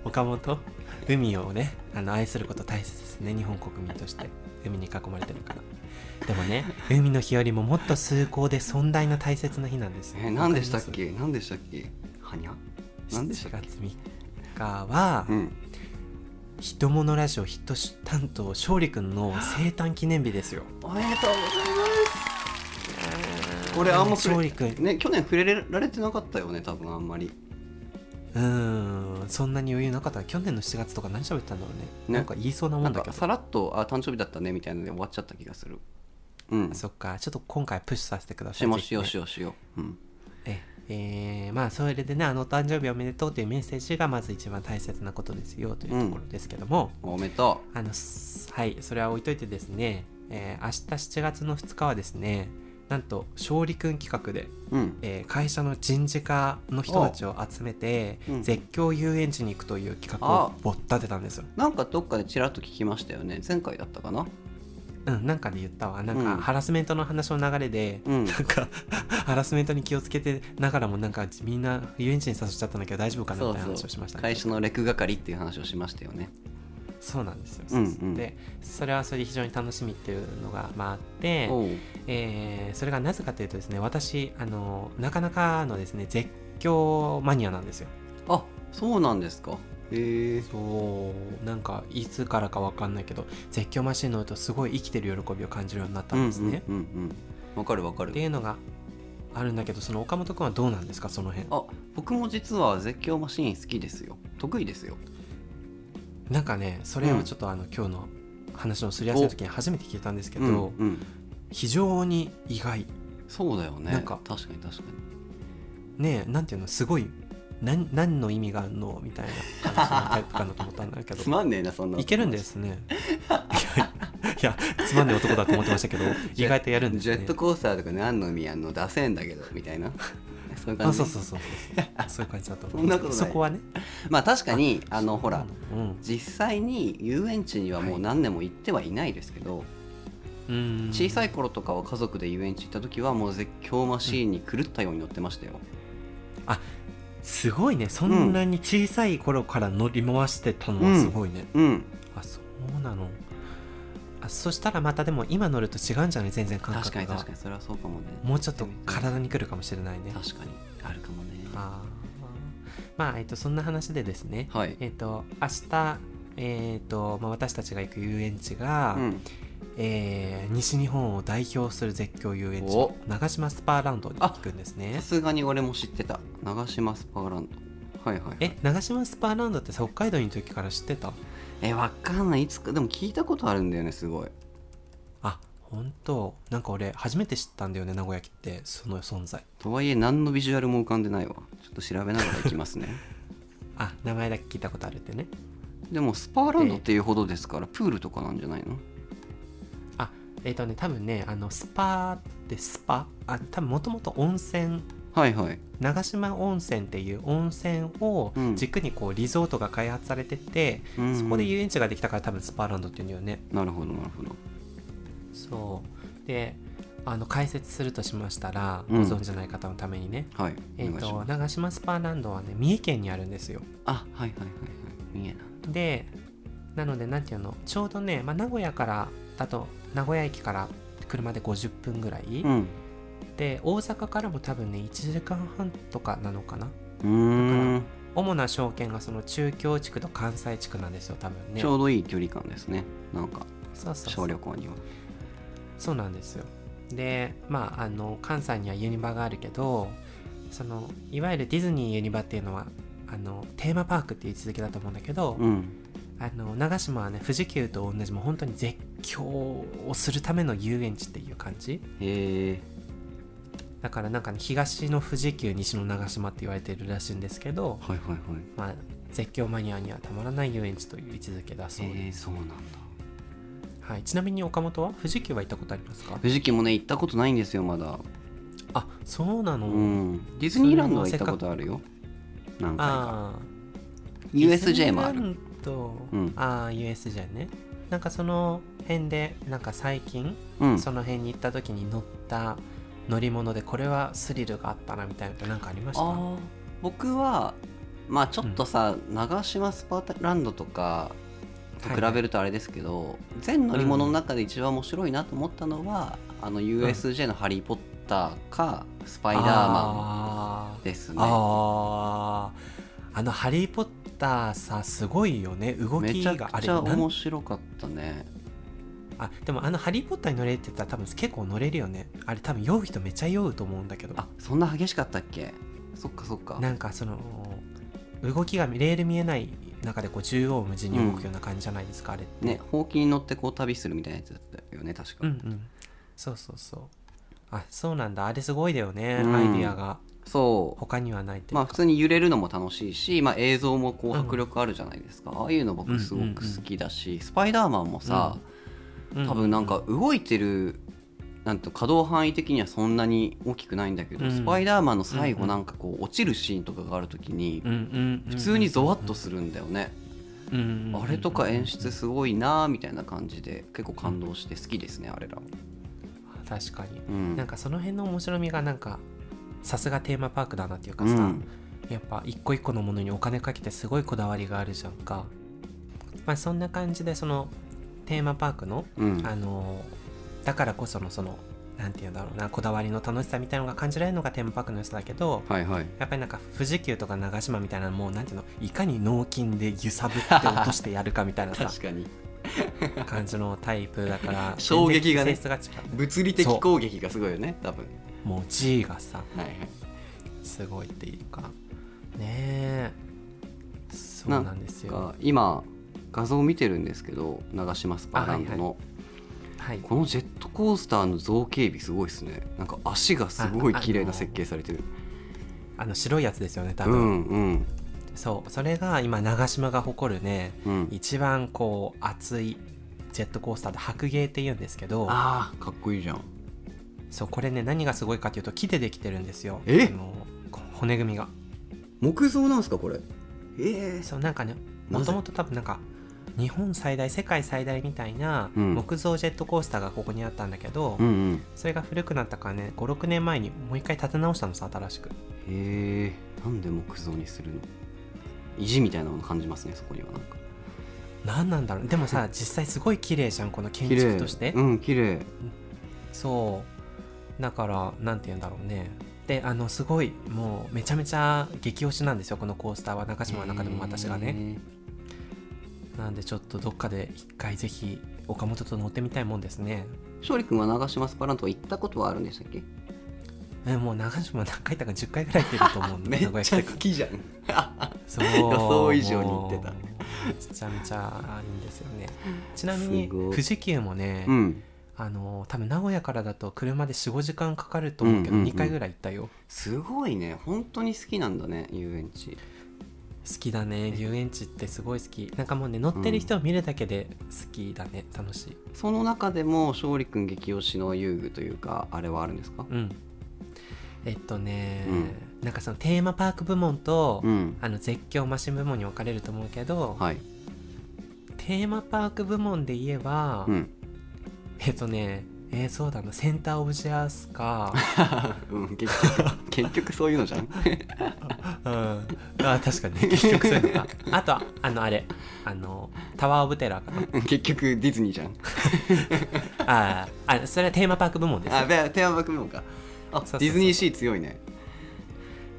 [SPEAKER 2] 岡本海をねあの愛すること大切ですね日本国民として海に囲まれてるからでもね海の日よりももっと崇高で尊大な大切な日なんですよ
[SPEAKER 1] え、何でしたっけ何でしたっけはにゃ何でしたっ
[SPEAKER 2] 7
[SPEAKER 1] け
[SPEAKER 2] 月3日は
[SPEAKER 1] うん。
[SPEAKER 2] 「ひとものラジオヒットし担当勝利くんの生誕記念日ですよ
[SPEAKER 1] おめでとうございます。これあんま
[SPEAKER 2] 勝
[SPEAKER 1] 触れ
[SPEAKER 2] 利くん
[SPEAKER 1] ね、去年触れられてなかったよね、多分あんまり。
[SPEAKER 2] うーんそんなに余裕なかった去年の7月とか何喋ったんだろうね
[SPEAKER 1] ね
[SPEAKER 2] なんか言いそうなも
[SPEAKER 1] なん
[SPEAKER 2] んだ
[SPEAKER 1] か
[SPEAKER 2] けど
[SPEAKER 1] さらっと、あ、誕生日だったねみたいなので終わっちゃった気がする。うん。
[SPEAKER 2] そっかちょっと今回プッシュさせてください
[SPEAKER 1] しもしよう
[SPEAKER 2] ぜ
[SPEAKER 1] し
[SPEAKER 2] ひね
[SPEAKER 1] ようしよう。うん。
[SPEAKER 2] ええーまあそれでね「あのお誕生日おめでとう」というメッセージがまず一番大切なことですよというところですけども、
[SPEAKER 1] おめでと
[SPEAKER 2] あのすはいそれは置いといてですね、えー明日7月の2日はですねなんと勝利くん企画で、
[SPEAKER 1] う。うん。
[SPEAKER 2] えー会社の人事課の人たちを集めて、
[SPEAKER 1] おううん
[SPEAKER 2] 絶叫遊園地に行くという企画をぼったてたんですよ。
[SPEAKER 1] なんかどっかでちらっと聞きましたよね。前回だったかな。
[SPEAKER 2] うん、なんかで言ったわなん
[SPEAKER 1] う
[SPEAKER 2] か
[SPEAKER 1] ん
[SPEAKER 2] ハラスメントの話の流れで、
[SPEAKER 1] うん
[SPEAKER 2] なんかハラスメントに気をつけてながらもなんかみんな遊園地に誘っちゃったんだけど大丈夫かなみ
[SPEAKER 1] そ
[SPEAKER 2] たいな
[SPEAKER 1] う
[SPEAKER 2] 話
[SPEAKER 1] そ
[SPEAKER 2] をしまし
[SPEAKER 1] う。
[SPEAKER 2] たね
[SPEAKER 1] 会社のレク係っていう話をしましたよね。
[SPEAKER 2] そうなんですよ、
[SPEAKER 1] うん
[SPEAKER 2] そうそう
[SPEAKER 1] うん
[SPEAKER 2] でそれはそれで非常に楽しみっていうのが、まあ、あって、
[SPEAKER 1] おう。
[SPEAKER 2] えーそれがなぜかというとですね私あのなかなかのですね絶叫マニアなんですよ
[SPEAKER 1] あ、そうなんですか。へえ。
[SPEAKER 2] そうなんかいつからかわかんないけど絶叫マシン乗るとすごい生きてる喜びを感じるようになったんですね、
[SPEAKER 1] うんうんうんうん。わかるわかる
[SPEAKER 2] って。いうのがあるんだけどその岡本君はどうなんですかその辺
[SPEAKER 1] あ僕も実は絶叫マシーン好きですよ得意ですよ
[SPEAKER 2] なんかねそれをちょっとあの、今日の話のすり合わせの時に初めて聞いたんですけど、
[SPEAKER 1] うんうん
[SPEAKER 2] 非常に意外
[SPEAKER 1] そうだよね
[SPEAKER 2] なんか
[SPEAKER 1] 確かに確かに
[SPEAKER 2] ねえなんていうのすごい何何の意味があるのみたいな話のタイプかなと思ったんだけど
[SPEAKER 1] つまんねえなそんない
[SPEAKER 2] いけるんですねいや いやつまんない男だと思ってましたけど意外とやるんです
[SPEAKER 1] ジ
[SPEAKER 2] ね
[SPEAKER 1] ェットコースターとか何の意味あんの出せんだけどみたい なそういう感
[SPEAKER 2] あ
[SPEAKER 1] じ
[SPEAKER 2] そうそうそうそうそうそういう感じだと思
[SPEAKER 1] そんなことない
[SPEAKER 2] そこはね
[SPEAKER 1] まあ確かにあのほら
[SPEAKER 2] うん
[SPEAKER 1] 実際に遊園地にはもう何年も行ってはいないですけど、
[SPEAKER 2] うん
[SPEAKER 1] 小さい頃とかは家族で遊園地行った時はもう絶叫マシーンに狂ったように乗ってましたよ、
[SPEAKER 2] すごいねそんなに小さい頃から乗り回してたのはすごいね、
[SPEAKER 1] うん
[SPEAKER 2] あそうなのあそしたらまたでも今乗ると違うんじゃない全然感覚が
[SPEAKER 1] 確かに確かにそれはそうかもね
[SPEAKER 2] もうちょっと体にくるかもしれないね
[SPEAKER 1] 確かにあるかもね
[SPEAKER 2] あーまあえっとそんな話でですね
[SPEAKER 1] はい
[SPEAKER 2] えっと明日えっとまあ、私たちが行く遊園地が、
[SPEAKER 1] うん
[SPEAKER 2] えー西日本を代表する絶叫遊園地
[SPEAKER 1] お
[SPEAKER 2] 長島スパーランドに行くんですね
[SPEAKER 1] さすがに俺も知ってた長島スパーランドはいはい、はい、
[SPEAKER 2] え長島スパーランドってさ北海道にいる時から知ってた
[SPEAKER 1] えわかんないいつかでも聞いたことあるんだよねすごい
[SPEAKER 2] あ本当なんか俺初めて知ったんだよね名古屋来てその存在
[SPEAKER 1] とはいえ何のビジュアルも浮かんでないわちょっと調べながらいき ますね
[SPEAKER 2] あ名前だけ聞いたことあるってね
[SPEAKER 1] でもスパーランドっていうほどですからプールとかなんじゃないの
[SPEAKER 2] あえっ、とね多分ねあのスパーってスパあ多分もともと温泉
[SPEAKER 1] はいはい
[SPEAKER 2] 長島温泉っていう温泉を
[SPEAKER 1] うん
[SPEAKER 2] 軸にこうリゾートが開発されてて、
[SPEAKER 1] うん
[SPEAKER 2] そこで遊園地ができたから多分スパーランドっていうんだよね
[SPEAKER 1] なるほどなるほど
[SPEAKER 2] そうであの解説するとしましたら、
[SPEAKER 1] うん
[SPEAKER 2] ご存じない方のためにね
[SPEAKER 1] はい
[SPEAKER 2] え
[SPEAKER 1] お
[SPEAKER 2] っ、
[SPEAKER 1] 願いし
[SPEAKER 2] と
[SPEAKER 1] ます
[SPEAKER 2] 長島スパーランドはね三重県にあるんですよ
[SPEAKER 1] あはいはいはいはい見えな
[SPEAKER 2] でなのでなんていうのちょうどね、まあ、名古屋からだと名古屋駅から車で50分ぐらい、
[SPEAKER 1] うん
[SPEAKER 2] で大阪からも多分ね1時間半とかなのかな
[SPEAKER 1] うーん、
[SPEAKER 2] 主な証券がその中京地区と関西地区なんですよ多分ね
[SPEAKER 1] ちょうどいい距離感ですねなんか
[SPEAKER 2] そうそうそ
[SPEAKER 1] 小
[SPEAKER 2] う
[SPEAKER 1] 旅行には
[SPEAKER 2] そうなんですよでまああの関西にはユニバがあるけどそのいわゆるディズニーユニバっていうのはあのテーマパークっていう位置づけだと思うんだけど、
[SPEAKER 1] うん
[SPEAKER 2] あの長島はね富士急と同じもう本当に絶叫をするための遊園地っていう感じ
[SPEAKER 1] へえ
[SPEAKER 2] だからなんか、ね、東の富士急西の長島って言われてるらしいんですけど、
[SPEAKER 1] はいはいはい
[SPEAKER 2] まあ、絶叫マニアにはたまらない遊園地という位置づけだそう
[SPEAKER 1] えー、
[SPEAKER 2] です、
[SPEAKER 1] そうなんだ
[SPEAKER 2] はい、ちなみに岡本は富士急は行ったことありますか
[SPEAKER 1] 富士急もね行ったことないんですよまだ
[SPEAKER 2] あそうなの、
[SPEAKER 1] うんディズニーランドは行ったことあるよ何回か
[SPEAKER 2] ああ
[SPEAKER 1] USJ もある
[SPEAKER 2] と、
[SPEAKER 1] うん
[SPEAKER 2] ああ USJ ねなんかその辺でなんか最近、
[SPEAKER 1] うん
[SPEAKER 2] その辺に行った時に乗った乗り物でこれはスリルがあったなみたいなのなんかありました
[SPEAKER 1] あー僕はまあちょっとさ、長島スパーランドとかと比べるとあれですけど、全乗り物の中で一番面白いなと思ったのは、あの USJ の「ハリー・ポッター」か「スパイダーマ
[SPEAKER 2] マ
[SPEAKER 1] ン」ですね
[SPEAKER 2] あーあの「ハリー・ポッター」さすごいよね動
[SPEAKER 1] め
[SPEAKER 2] き
[SPEAKER 1] ちゃ
[SPEAKER 2] があ
[SPEAKER 1] く
[SPEAKER 2] れ
[SPEAKER 1] ちゃ
[SPEAKER 2] なん
[SPEAKER 1] 面白かったね
[SPEAKER 2] あでもあの「ハリー・ポッター」に乗れって言ったら多分結構乗れるよねあれ多分酔う人めっちゃ酔うと思うんだけど
[SPEAKER 1] あそんな激しかったっけそっかそっか
[SPEAKER 2] なんかその動きがレール見えない中でこう縦横無尽に動くような感じじゃないですか、あれって
[SPEAKER 1] ねほうきに乗ってこう旅するみたいなやつだったよね確か、
[SPEAKER 2] うんうんそうそうそうあそうなんだあれすごいだよね、
[SPEAKER 1] うん
[SPEAKER 2] アイディアが
[SPEAKER 1] そう
[SPEAKER 2] 他にはないっていう
[SPEAKER 1] まあ
[SPEAKER 2] か
[SPEAKER 1] 普通に揺れるのも楽しいし、まあ、映像もこう迫力あるじゃないですか、ああいうの僕すごく好きだし、スパイダーマンもさ、
[SPEAKER 2] う
[SPEAKER 1] 多分なんか動いてるなんと可動範囲的にはそんなに大きくないんだけど、
[SPEAKER 2] うん
[SPEAKER 1] スパイダーマンの最
[SPEAKER 2] うんう
[SPEAKER 1] 後
[SPEAKER 2] ん
[SPEAKER 1] なんかこう落ちるシーンとかがある時に
[SPEAKER 2] うんうん
[SPEAKER 1] 普通にゾワッとするんだよね、
[SPEAKER 2] うんうんうん
[SPEAKER 1] あれとか演出すごいなーみたいな感じで結構感動して好きですねあれらも、
[SPEAKER 2] 確かに
[SPEAKER 1] う
[SPEAKER 2] なん
[SPEAKER 1] ん
[SPEAKER 2] かその辺の面白みがなんかさすがテーマパークだなっていうか
[SPEAKER 1] う
[SPEAKER 2] さ、
[SPEAKER 1] ん
[SPEAKER 2] やっぱ一個一個のものにお金かけてすごいこだわりがあるじゃんかまあそんな感じでそのテーマパークの
[SPEAKER 1] うん
[SPEAKER 2] あのだからこそのそのなんて言うんだろうなこだわりの楽しさみたいなのが感じられるのがテーマパークの良さだけど
[SPEAKER 1] はいはい
[SPEAKER 2] やっぱりなんか富士急とか長島みたいなもうなんていうのいかに脳筋で揺さぶって落としてやるかみたい なさ
[SPEAKER 1] かに
[SPEAKER 2] 感じのタイプだから
[SPEAKER 1] 衝撃がね
[SPEAKER 2] 全然性質が違
[SPEAKER 1] 物理
[SPEAKER 2] そう
[SPEAKER 1] 的攻撃がすごいよね多分
[SPEAKER 2] うもう G がさ
[SPEAKER 1] はいはい
[SPEAKER 2] すごいっていうかねえそうなんですよ
[SPEAKER 1] が今画像を見てるんですけど長島スパーランドの、
[SPEAKER 2] はい
[SPEAKER 1] このジェットコースターの造形美すごいですねなんか足がすごい綺麗な設計されてる
[SPEAKER 2] あの白いやつですよね多
[SPEAKER 1] う
[SPEAKER 2] 分、
[SPEAKER 1] んうん
[SPEAKER 2] そうそれが今長島が誇るね
[SPEAKER 1] うん
[SPEAKER 2] 一番こう熱いジェットコースターで白芸って言うんですけど
[SPEAKER 1] あーかっこいいじゃん
[SPEAKER 2] そうこれね何がすごいかというと木でできてるんですよ
[SPEAKER 1] え
[SPEAKER 2] あのこう骨組みが
[SPEAKER 1] 木造なんですかこれええ
[SPEAKER 2] そうなんかね
[SPEAKER 1] な
[SPEAKER 2] も
[SPEAKER 1] ぜ
[SPEAKER 2] ともと多分なんか日本最大世界最大みたいな
[SPEAKER 1] うん
[SPEAKER 2] 木造ジェットコースターがここにあったんだけど、
[SPEAKER 1] うんうん
[SPEAKER 2] それが古くなったからね56年前にもう一回建て直したのさ新しく
[SPEAKER 1] へえなんで木造にするの意地みたいなもの感じますねそこにはなんか
[SPEAKER 2] 何なんだろうでもさ実際すごい綺麗じゃんこの建
[SPEAKER 1] 綺
[SPEAKER 2] 築
[SPEAKER 1] 麗
[SPEAKER 2] として、
[SPEAKER 1] うん綺麗
[SPEAKER 2] そうだからなんて言うんだろうねであのすごいもうめちゃめちゃ激推しなんですよこのコースターは中島の中でも私がね
[SPEAKER 1] ね
[SPEAKER 2] なんでちょっとどっかで一回ぜひ岡本と乗ってみたいもんですね
[SPEAKER 1] 勝利君は長島スパーランドは行ったことはあるんでしたっけ
[SPEAKER 2] えもう中島何回だか10回ぐらい行ってると思うん で
[SPEAKER 1] きじゃん
[SPEAKER 2] そう
[SPEAKER 1] 予想以上に行ってた
[SPEAKER 2] もうめちゃめちゃいいんですよねちなみに
[SPEAKER 1] すごい
[SPEAKER 2] 富士急もね、
[SPEAKER 1] うん
[SPEAKER 2] あの多分名古屋からだと車で45時間かかると思うけど、
[SPEAKER 1] うんうんうん
[SPEAKER 2] 2回ぐらい行ったよ
[SPEAKER 1] すごいね本当に好きなんだね遊園地
[SPEAKER 2] 好きだね遊園地ってすごい好きなんかもうね乗ってる人を見るだけで好きだね楽しい
[SPEAKER 1] その中でも勝利君激推しの遊具というかあれはあるんですか
[SPEAKER 2] うんえっとね、なんかそのテーマパーク部門と、
[SPEAKER 1] うん
[SPEAKER 2] あの絶叫マシン部門に分かれると思うけど、
[SPEAKER 1] はい
[SPEAKER 2] テーマパーク部門で言えば、
[SPEAKER 1] うん
[SPEAKER 2] えっとねえーそうだなセンターオブジェアース か、
[SPEAKER 1] うん結局結局そういうのじゃん
[SPEAKER 2] うん、あー確かにね結局そういうのかあとはあのあれあのタワーオブテラーかな
[SPEAKER 1] 結局ディズニーじゃん
[SPEAKER 2] あーあそれはテーマパーク部門です
[SPEAKER 1] あべテーマパーク部門かあ
[SPEAKER 2] そうそうそう
[SPEAKER 1] ディズニーシー強いね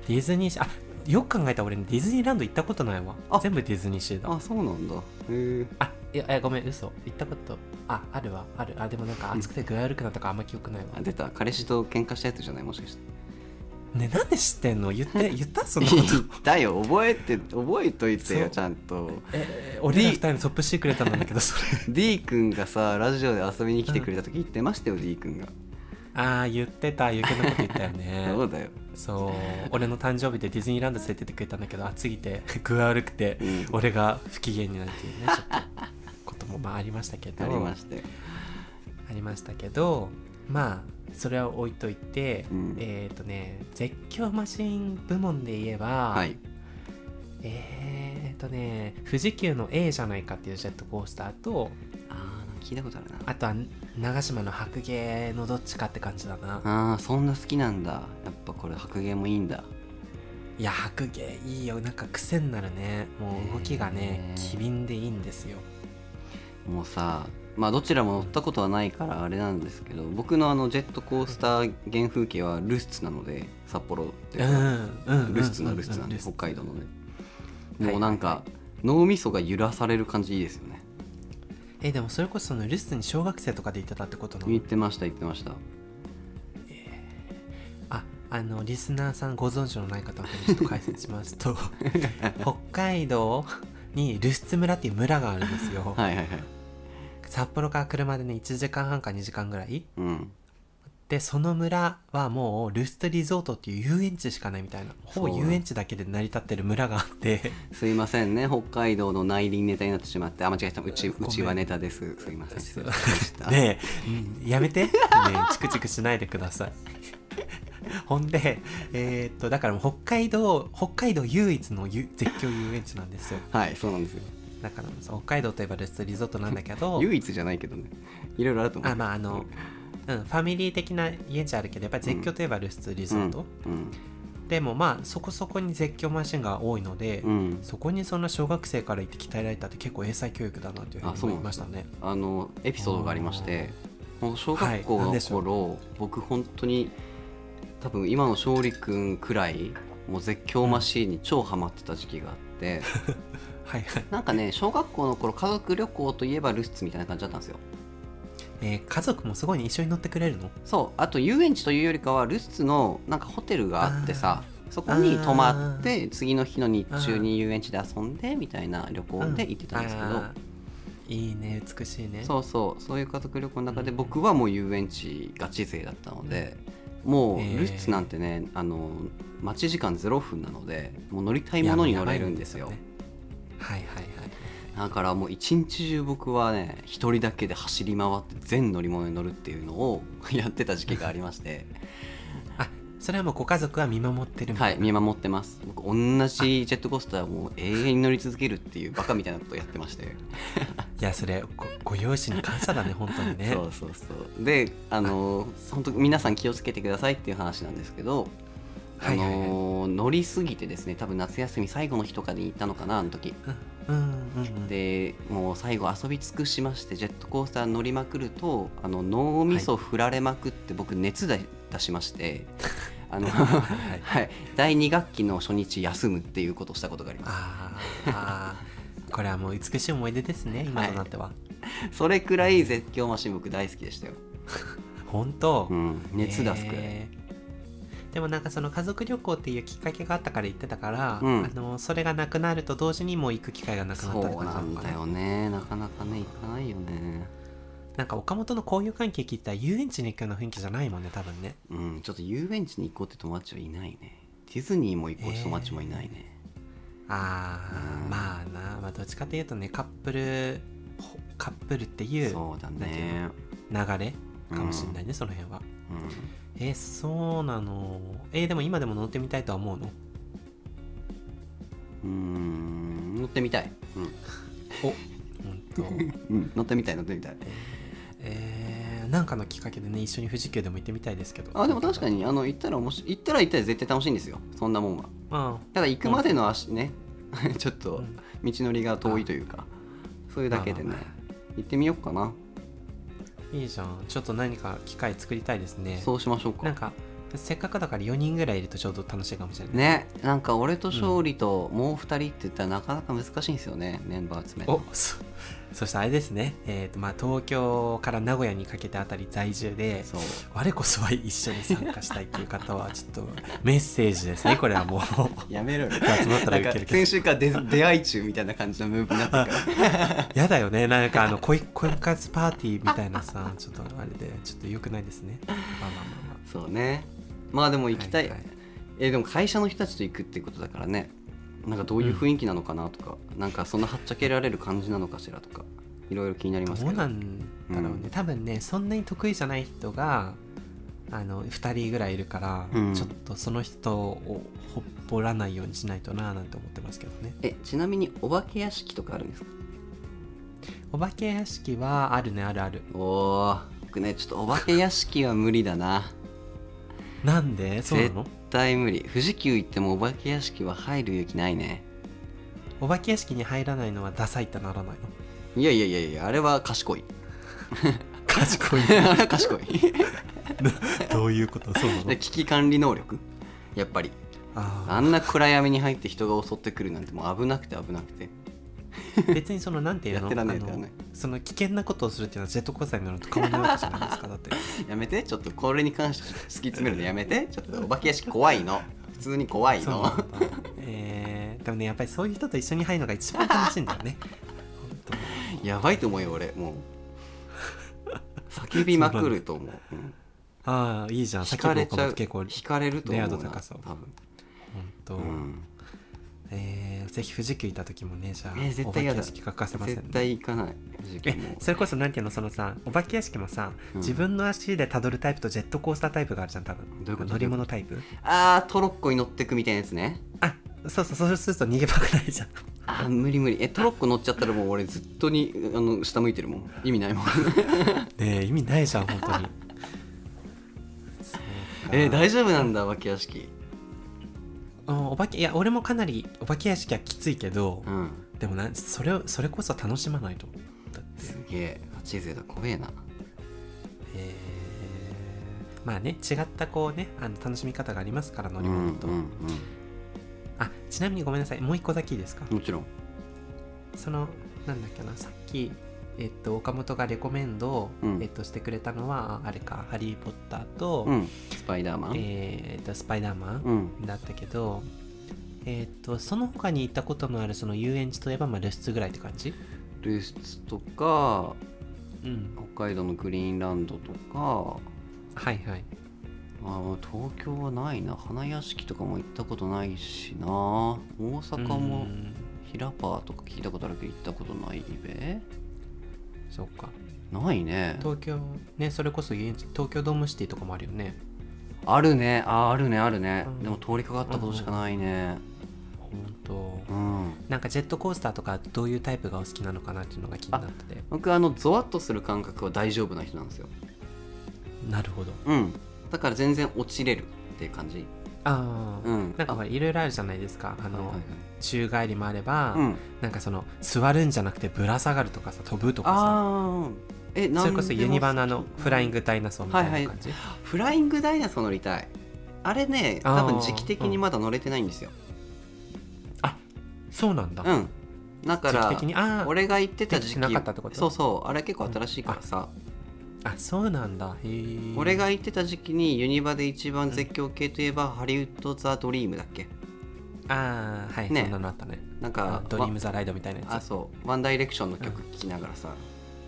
[SPEAKER 2] ディズニーシーあよく考えたら俺ディズニーランド行ったことないわ
[SPEAKER 1] あ
[SPEAKER 2] 全部ディズニーシーだ
[SPEAKER 1] あそうなんだへえ
[SPEAKER 2] あいやえごめん嘘行ったことああるわあるあでもなんか暑くて具合悪くなったからあんま記憶ないわ
[SPEAKER 1] あ出た彼氏と喧嘩したやつじゃないもしか して
[SPEAKER 2] ねなんで知ってんの言っ て言ったそのこと
[SPEAKER 1] 言ったよ覚えて覚えといて
[SPEAKER 2] そう
[SPEAKER 1] よちゃんと
[SPEAKER 2] え俺ら二人のトップシークレット なんだけどそれ
[SPEAKER 1] D 君がさラジオで遊びに来てくれた時言ってましたよ D 君が
[SPEAKER 2] ああ言ってたゆけのこと言ったよね
[SPEAKER 1] そうだよ、
[SPEAKER 2] そう俺の誕生日でディズニーランド連れてってくれたんだけど暑すぎて 具合悪くて
[SPEAKER 1] うん、
[SPEAKER 2] 俺が不機嫌になるっていうねちょっ とこともまあありましたけど
[SPEAKER 1] ありましたよ、
[SPEAKER 2] ありましたけどまあそれは置いといて、
[SPEAKER 1] うん
[SPEAKER 2] えっ、とね絶叫マシン部門で言えば、
[SPEAKER 1] はい
[SPEAKER 2] えっ、とね富士急の A じゃないかっていうジェットコースターと
[SPEAKER 1] ああ聞いたことあるな
[SPEAKER 2] あとは長島の白芸のどっちかって感じだな
[SPEAKER 1] ああそんな好きなんだやっぱこれ白芸もいいんだ
[SPEAKER 2] いや白芸いいよなんか癖になるねもう動きが
[SPEAKER 1] へ
[SPEAKER 2] ね
[SPEAKER 1] ー
[SPEAKER 2] 機敏でいいんですよ
[SPEAKER 1] もうさまあどちらも乗ったことはないからあれなんですけど僕のあのジェットコースター原風景はルスツなので札幌っていううんか
[SPEAKER 2] うんうん
[SPEAKER 1] ルスツなルスツなんで北海道のねもうなんか脳みそが揺らされる感じいいですよね
[SPEAKER 2] えでもそれこそそのルスに小学生とかでいただってことなの
[SPEAKER 1] 言ってました言ってました
[SPEAKER 2] ああのリスナーさんご存知のない方のためにちょっと解説します と北海道にルスツ村っていう村があるんですよ、
[SPEAKER 1] はいはいはい
[SPEAKER 2] 札幌から車でね1時間半か2時間ぐらい
[SPEAKER 1] うん
[SPEAKER 2] でその村はもうルスツリゾートっていう遊園地しかないみたいなほぼ
[SPEAKER 1] そうだ
[SPEAKER 2] 遊園地だけで成り立ってる村があって
[SPEAKER 1] すいませんね北海道の内輪ネタになってしまってあ間違えたうち
[SPEAKER 2] ごめん
[SPEAKER 1] うちはネタですすいません
[SPEAKER 2] そ
[SPEAKER 1] 失礼し
[SPEAKER 2] う
[SPEAKER 1] ました
[SPEAKER 2] ねえ、やめて、ねえ、チクチクしないでください。 ほんで、えーっと、だからもう北海道、北海道唯一のゆ絶叫遊園地なんですよ。
[SPEAKER 1] はいそうなんですよ
[SPEAKER 2] だからそう北海道といえばレストリゾートなんだけど、
[SPEAKER 1] 唯一じゃないけどねいろいろあると思う
[SPEAKER 2] あ、まああの、うん、ファミリー的な遊園地あるけど、やっぱり絶叫といえばレストリゾート。
[SPEAKER 1] うん
[SPEAKER 2] でもまあ、そこそこに絶叫マシンが多いので、
[SPEAKER 1] うん
[SPEAKER 2] そこにそんな小学生から行って鍛えられたって結構英才教育だなというふう
[SPEAKER 1] あ
[SPEAKER 2] に
[SPEAKER 1] そう
[SPEAKER 2] 思
[SPEAKER 1] ないん
[SPEAKER 2] ま
[SPEAKER 1] で
[SPEAKER 2] し
[SPEAKER 1] す
[SPEAKER 2] たね。
[SPEAKER 1] あのエピソードがありましてもう小学
[SPEAKER 2] は
[SPEAKER 1] 校
[SPEAKER 2] い何で
[SPEAKER 1] の
[SPEAKER 2] しょう
[SPEAKER 1] 頃、僕本当に多分今の勝利君くらいもう絶叫マシーンに超ハマってた時期があ って、
[SPEAKER 2] はいはい。
[SPEAKER 1] なんかね小学校の頃家族旅行といえばルスツみたいな感じだったんですよ
[SPEAKER 2] えー家族もすごいね一緒に乗ってくれるの
[SPEAKER 1] そうあと遊園地というよりかはルスツのなんかホテルがあってさそこ
[SPEAKER 2] あ
[SPEAKER 1] に
[SPEAKER 2] ー
[SPEAKER 1] 泊まって次の日の日中に遊園地で遊んでみたいな旅行で行ってたんですけど、
[SPEAKER 2] あーいいね美しいね
[SPEAKER 1] そうそうそういう家族旅行の中で
[SPEAKER 2] うん
[SPEAKER 1] 僕はもう遊園地ガチ勢だったので、もう
[SPEAKER 2] えー
[SPEAKER 1] ルッツなんてね、あの待ち時間0分なのでもう乗りたいものに乗れるんですよ
[SPEAKER 2] いやもう長いんですよねはいはいはい
[SPEAKER 1] だからもう一日中僕はね一人だけで走り回って全乗り物に乗るっていうのを やってた時期がありま して
[SPEAKER 2] あそれはもうご家族は見守ってるみた
[SPEAKER 1] はいい
[SPEAKER 2] な、
[SPEAKER 1] 見守ってます僕同じジェットコースターをもう永遠に乗り続けるっていうバカみたいなことをやってまして
[SPEAKER 2] いやそれごご両親に感謝だね本当にね
[SPEAKER 1] そうそうそうであの本当皆さん気をつけてくださいっていう話なんですけど、
[SPEAKER 2] はいはいはい
[SPEAKER 1] あの乗りすぎてですね多分夏休み最後の日とかに行ったのかなあの時
[SPEAKER 2] うんうんうん
[SPEAKER 1] でもう最後遊び尽くしましてジェットコースター乗りまくるとあの脳みそ振られまくって僕熱出しま して、あの
[SPEAKER 2] はいはい
[SPEAKER 1] はい、第2学期の初日休むっていうことをしたことがあります
[SPEAKER 2] あーあーこれはもう美しい思い出ですね今となっては、
[SPEAKER 1] それくらい絶叫マシン僕大好きでしたよ、
[SPEAKER 2] 本当、
[SPEAKER 1] うん、熱出すくらい、
[SPEAKER 2] えーでもなんかその家族旅行っていうきっかけがあったから行ってたから、
[SPEAKER 1] うん
[SPEAKER 2] あのそれがなくなると同時にもう行く機会がなくなったって
[SPEAKER 1] そう
[SPEAKER 2] 感じ
[SPEAKER 1] な
[SPEAKER 2] なの
[SPEAKER 1] ん
[SPEAKER 2] か
[SPEAKER 1] だ
[SPEAKER 2] な
[SPEAKER 1] よねなかなかね行かないよね
[SPEAKER 2] なんか岡本の交友関係聞いたら遊園地に行くような雰囲気じゃないもんね多分ね
[SPEAKER 1] うんちょっと遊園地に行こうって友達はいないねディズニーも行こうって友達もいないね、
[SPEAKER 2] あー、
[SPEAKER 1] うん
[SPEAKER 2] まあな、まあ、どっちかというとねカップルほカップルっていう
[SPEAKER 1] そうだ
[SPEAKER 2] なんていう
[SPEAKER 1] ね
[SPEAKER 2] 流れかもしれないね、その辺は
[SPEAKER 1] うん
[SPEAKER 2] えーそうなのえーでも今でも乗ってみたいとは思 うの
[SPEAKER 1] うーん乗ってみたい、
[SPEAKER 2] お本当
[SPEAKER 1] うんうん、乗ってみたい乗ってみたい
[SPEAKER 2] えー、なんかのきっかけでね一緒に富士急でも行ってみたいですけど
[SPEAKER 1] あでも確かにあの行ったら面白い行ったら行ったら絶対楽しいんですよそんなもんは
[SPEAKER 2] うん
[SPEAKER 1] ただ行くまでの足ね ちょっと
[SPEAKER 2] うん
[SPEAKER 1] 道のりが遠いというかそういうだけでね
[SPEAKER 2] まあま
[SPEAKER 1] 行ってみようかない
[SPEAKER 2] いじゃんちょっと何か機会作りたいですね
[SPEAKER 1] そうしましょう
[SPEAKER 2] なん
[SPEAKER 1] か
[SPEAKER 2] かせっかくだから4人ぐらいいるとちょうど楽しいかもしれない
[SPEAKER 1] ねなんか俺と勝利ともう2人って言ったらなかなか難しいんですよねメンバー集めるの
[SPEAKER 2] おそそしてあれですね、えーとまあ、東京から名古屋にかけてあたり在住で
[SPEAKER 1] そう
[SPEAKER 2] 我こそは一緒に参加したいっていう方はちょっとメッセージですねこれはもう
[SPEAKER 1] やめろよ
[SPEAKER 2] 集まった
[SPEAKER 1] な
[SPEAKER 2] ら
[SPEAKER 1] ん
[SPEAKER 2] ウケ
[SPEAKER 1] か先
[SPEAKER 2] るけど
[SPEAKER 1] 週から出出会い中みたいな感じのムーブになってる から
[SPEAKER 2] やだよねな んかあの恋恋活パーティーみたいなさちょっとあれでちょっと良くないですねまあまあまあまあ
[SPEAKER 1] そうねまあでも行きたい、
[SPEAKER 2] はいはい
[SPEAKER 1] えーでも会社の人たちと行くってことだからねなんかどういう雰囲気なのかなとか、なんかそんなはっちゃけられる感じなのかしらとかいろいろ気になります
[SPEAKER 2] ど
[SPEAKER 1] け
[SPEAKER 2] う
[SPEAKER 1] ど
[SPEAKER 2] なんだろうね、
[SPEAKER 1] うん
[SPEAKER 2] 多分ねそんなに得意じゃない人があの2人ぐらいいるから、
[SPEAKER 1] うん
[SPEAKER 2] ちょっとその人をほっぽらないようにしないとなぁなんて思ってますけどね
[SPEAKER 1] えちなみにお化け屋敷とかあるんですか
[SPEAKER 2] お化け屋敷はあるねあるある
[SPEAKER 1] おー僕ねちょっとお化け屋敷は無理だな
[SPEAKER 2] なんで そうなの
[SPEAKER 1] 絶対無理富士急行ってもお化け屋敷は入る勇気ないね
[SPEAKER 2] お化け屋敷に入らないのはダサいってならないの
[SPEAKER 1] いやいやいやいやあれは賢い
[SPEAKER 2] 賢い
[SPEAKER 1] あれは賢い
[SPEAKER 2] どういうことそうなの
[SPEAKER 1] で危機管理能力やっぱり
[SPEAKER 2] あ
[SPEAKER 1] あんな暗闇に入って人が襲ってくるなんてもう危なくて危なくて
[SPEAKER 2] ー 別にそのなんていう
[SPEAKER 1] や
[SPEAKER 2] の
[SPEAKER 1] ってらん
[SPEAKER 2] あ
[SPEAKER 1] ねえやってらん
[SPEAKER 2] の
[SPEAKER 1] ね
[SPEAKER 2] その危険なことをするっていうのはジェットコースターに乗ると変わらないわけじゃない ですかだって
[SPEAKER 1] やめてちょっとこれに関して突き詰めるのやめてちょっとお化け屋敷怖いの普通に怖い
[SPEAKER 2] そう
[SPEAKER 1] の
[SPEAKER 2] なん だえー、でもねやっぱりそういう人と一緒に入るのが一番楽しいん だよね本当に
[SPEAKER 1] やばいと思うよ俺もう叫びまくると思う、うん、
[SPEAKER 2] ああいいじゃん
[SPEAKER 1] 惹かれちゃう
[SPEAKER 2] 結構
[SPEAKER 1] 惹かれると思うな
[SPEAKER 2] レア度高そう
[SPEAKER 1] 多分、
[SPEAKER 2] 本当、
[SPEAKER 1] うん、
[SPEAKER 2] えーぜひ富士急行った時もねじゃあ、
[SPEAKER 1] えー絶対やだ
[SPEAKER 2] お化け屋敷欠かせませんね
[SPEAKER 1] 絶対行かない時期
[SPEAKER 2] え
[SPEAKER 1] も
[SPEAKER 2] それこそなんていうのそのさお化け屋敷もさ、
[SPEAKER 1] うん
[SPEAKER 2] 自分の足でたどるタイプとジェットコースタータイプがあるじゃん多分
[SPEAKER 1] どういうこと
[SPEAKER 2] 乗り物タイプ
[SPEAKER 1] あートロッコに乗ってくみたいなやつね
[SPEAKER 2] あそうそうそうすると逃げ場がないじゃん
[SPEAKER 1] あー無理無理えトロッコ乗っちゃったらもう俺ずっとにあの下向いてるもん意味 ないもん
[SPEAKER 2] ねえ意味ないじゃん 本当にそうか
[SPEAKER 1] えー 大丈夫なんだお化け屋敷
[SPEAKER 2] うんお化けいや俺もかなりお化け屋敷はきついけど、
[SPEAKER 1] うん
[SPEAKER 2] でもなそれをそれこそ楽しまないとだって
[SPEAKER 1] すげえガチ勢だ怖えな
[SPEAKER 2] えーまあね違ったこうねあの楽しみ方がありますから乗り物と、
[SPEAKER 1] うんうん
[SPEAKER 2] あちなみにごめんなさいもう一個だけいいですか、
[SPEAKER 1] うんもちろん
[SPEAKER 2] そのなんだっけなさっきえっと岡本がレコメンドを、
[SPEAKER 1] うん
[SPEAKER 2] えっと、してくれたのはあれか「ハリー・ポッターと」
[SPEAKER 1] うんスパイダーマン、
[SPEAKER 2] えーっとスパイダーマン
[SPEAKER 1] う」ん
[SPEAKER 2] だったけど、えっとその他に行ったことのあるその遊園地といえば、まあ、露出ぐらいって感じ
[SPEAKER 1] ルスツとか
[SPEAKER 2] うん
[SPEAKER 1] 北海道のグリーンランドとか
[SPEAKER 2] はいはい
[SPEAKER 1] あ東京はないな花屋敷とかも行ったことないしな大阪
[SPEAKER 2] う
[SPEAKER 1] も
[SPEAKER 2] ん
[SPEAKER 1] 平パーとか聞いたことあるけど行ったことないべ
[SPEAKER 2] そうか
[SPEAKER 1] ないね
[SPEAKER 2] 東京ねそれこそ遊園地東京ドームシティとかもあるよね
[SPEAKER 1] あるねああるねあるね、
[SPEAKER 2] うん
[SPEAKER 1] でも通りかかったことしかないね
[SPEAKER 2] 本当
[SPEAKER 1] うん
[SPEAKER 2] なんかジェットコースターとかどういうタイプがお好きなのかなっていうのが気になってて
[SPEAKER 1] 僕あのゾワッとする感覚は大丈夫な人なんですよ
[SPEAKER 2] なるほど
[SPEAKER 1] うんだから全然落ちれるっていう感じ
[SPEAKER 2] ああ、
[SPEAKER 1] うん
[SPEAKER 2] なんかほらいろいろあるじゃないですかあの、宙返りもあれば、
[SPEAKER 1] うん
[SPEAKER 2] なんかその座るんじゃなくてぶら下がるとかさ飛ぶとか
[SPEAKER 1] あーえ
[SPEAKER 2] さ
[SPEAKER 1] な
[SPEAKER 2] そ
[SPEAKER 1] ん
[SPEAKER 2] れこそユニバナのフライン
[SPEAKER 1] グ
[SPEAKER 2] グダイナソーみた
[SPEAKER 1] はい
[SPEAKER 2] い
[SPEAKER 1] はい
[SPEAKER 2] な感じ、
[SPEAKER 1] フライングダイナソー乗りたいあれね多
[SPEAKER 2] あ
[SPEAKER 1] 分
[SPEAKER 2] ー
[SPEAKER 1] 時期的にまだ乗れてないんですよ
[SPEAKER 2] そうなんだ、
[SPEAKER 1] うんだか
[SPEAKER 2] 時期
[SPEAKER 1] ら
[SPEAKER 2] 的にあー
[SPEAKER 1] 俺が行ってた時期
[SPEAKER 2] できてなかったってこと
[SPEAKER 1] そうそうあれ結構新しいからさ、
[SPEAKER 2] あそうなんだへえ
[SPEAKER 1] 俺が行ってた時期にユニバで一番絶叫系といえば、ハリウッド・ザ・ドリームだっけ
[SPEAKER 2] ああはい、
[SPEAKER 1] ね
[SPEAKER 2] そんなのあったね
[SPEAKER 1] なん
[SPEAKER 2] あ
[SPEAKER 1] か
[SPEAKER 2] ドリーム・ザ・ライドみたいなやつ
[SPEAKER 1] わあ
[SPEAKER 2] あ
[SPEAKER 1] そうワンダイレクションの曲聴きながらさ、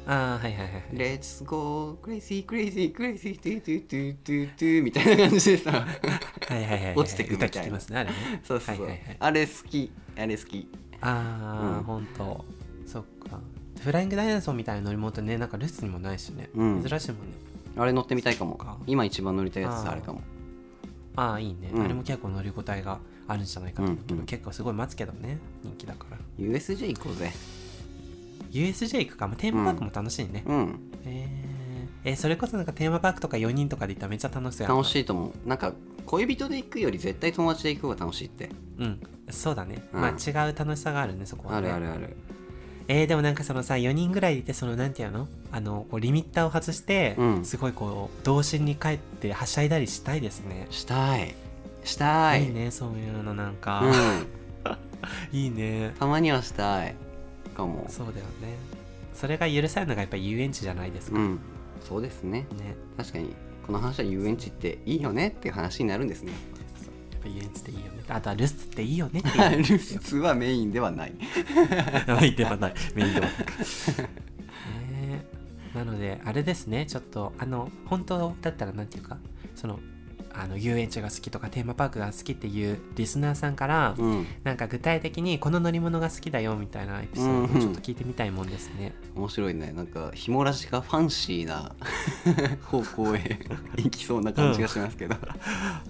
[SPEAKER 2] あーはいはいはいはい
[SPEAKER 1] レッツゴークレイジークレイジークレイジートゥトゥトゥトゥトゥみたいな感じでさ
[SPEAKER 2] はいはいはいはい
[SPEAKER 1] 落ちてくみたいな
[SPEAKER 2] 歌聞きますねあれ ね
[SPEAKER 1] そうそうそう、
[SPEAKER 2] はいはいはい
[SPEAKER 1] あれ好きあれ好き
[SPEAKER 2] ああ、
[SPEAKER 1] うん
[SPEAKER 2] 本当そっかフライングダイナソーみたいな乗り物ってねなんかルスにもないしね、
[SPEAKER 1] うん
[SPEAKER 2] 珍しいもんね
[SPEAKER 1] あれ乗ってみたいかも
[SPEAKER 2] そっか
[SPEAKER 1] 今一番乗りたいやつあれかも
[SPEAKER 2] ああいいね、
[SPEAKER 1] うん
[SPEAKER 2] あれも結構乗り応えがあるんじゃないかと思うけど、
[SPEAKER 1] うんうん
[SPEAKER 2] 結構すごい待つけどね人気だから
[SPEAKER 1] USJ 行こうぜ
[SPEAKER 2] USJ 行くか、まあ、テーマパークも楽しいね、
[SPEAKER 1] うん
[SPEAKER 2] えーえーそれこそなんかテーマパークとか4人とかで行ったらめっちゃ楽しそうやな
[SPEAKER 1] 楽しいと思うなんか恋人で行くより絶対友達で行く方が楽しいって
[SPEAKER 2] うんそうだね、
[SPEAKER 1] うん
[SPEAKER 2] まあ違う楽しさがあるねそこは
[SPEAKER 1] あ
[SPEAKER 2] ね
[SPEAKER 1] るあるある
[SPEAKER 2] えー、でもなんかそのさ4人ぐらいいてそのなんていうのあのこうリミッターを外して、
[SPEAKER 1] うん
[SPEAKER 2] すごいこう童心に帰ってはしゃいだりしたいですね。
[SPEAKER 1] したいしたい
[SPEAKER 2] いねそういうのなんか、
[SPEAKER 1] うん、
[SPEAKER 2] いいね
[SPEAKER 1] たまにはしたいかも
[SPEAKER 2] そうだよねそれが許されるのがやっぱり遊園地じゃないですか、
[SPEAKER 1] うんそうですね
[SPEAKER 2] ね
[SPEAKER 1] 確かにこの話は遊園地っていいよねっていう話になるんですね
[SPEAKER 2] そうやっぱ遊園地っていいよねあとは留守っていいよねって
[SPEAKER 1] ル
[SPEAKER 2] いう
[SPEAKER 1] ースはメインではない
[SPEAKER 2] メインではないメインではないねえなのであれですねちょっとあの本当だったらなんていうかそのあの遊園地が好きとかテーマパークが好きっていうリスナーさんから、
[SPEAKER 1] うん
[SPEAKER 2] なんか具体的にこの乗り物が好きだよみたいなエピソー
[SPEAKER 1] うんう
[SPEAKER 2] ドを
[SPEAKER 1] ん
[SPEAKER 2] ちょっと聞いてみたいもんですね、
[SPEAKER 1] 面白いねなんかひもらしがファンシーな方向へ行きそうな感じがしますけど、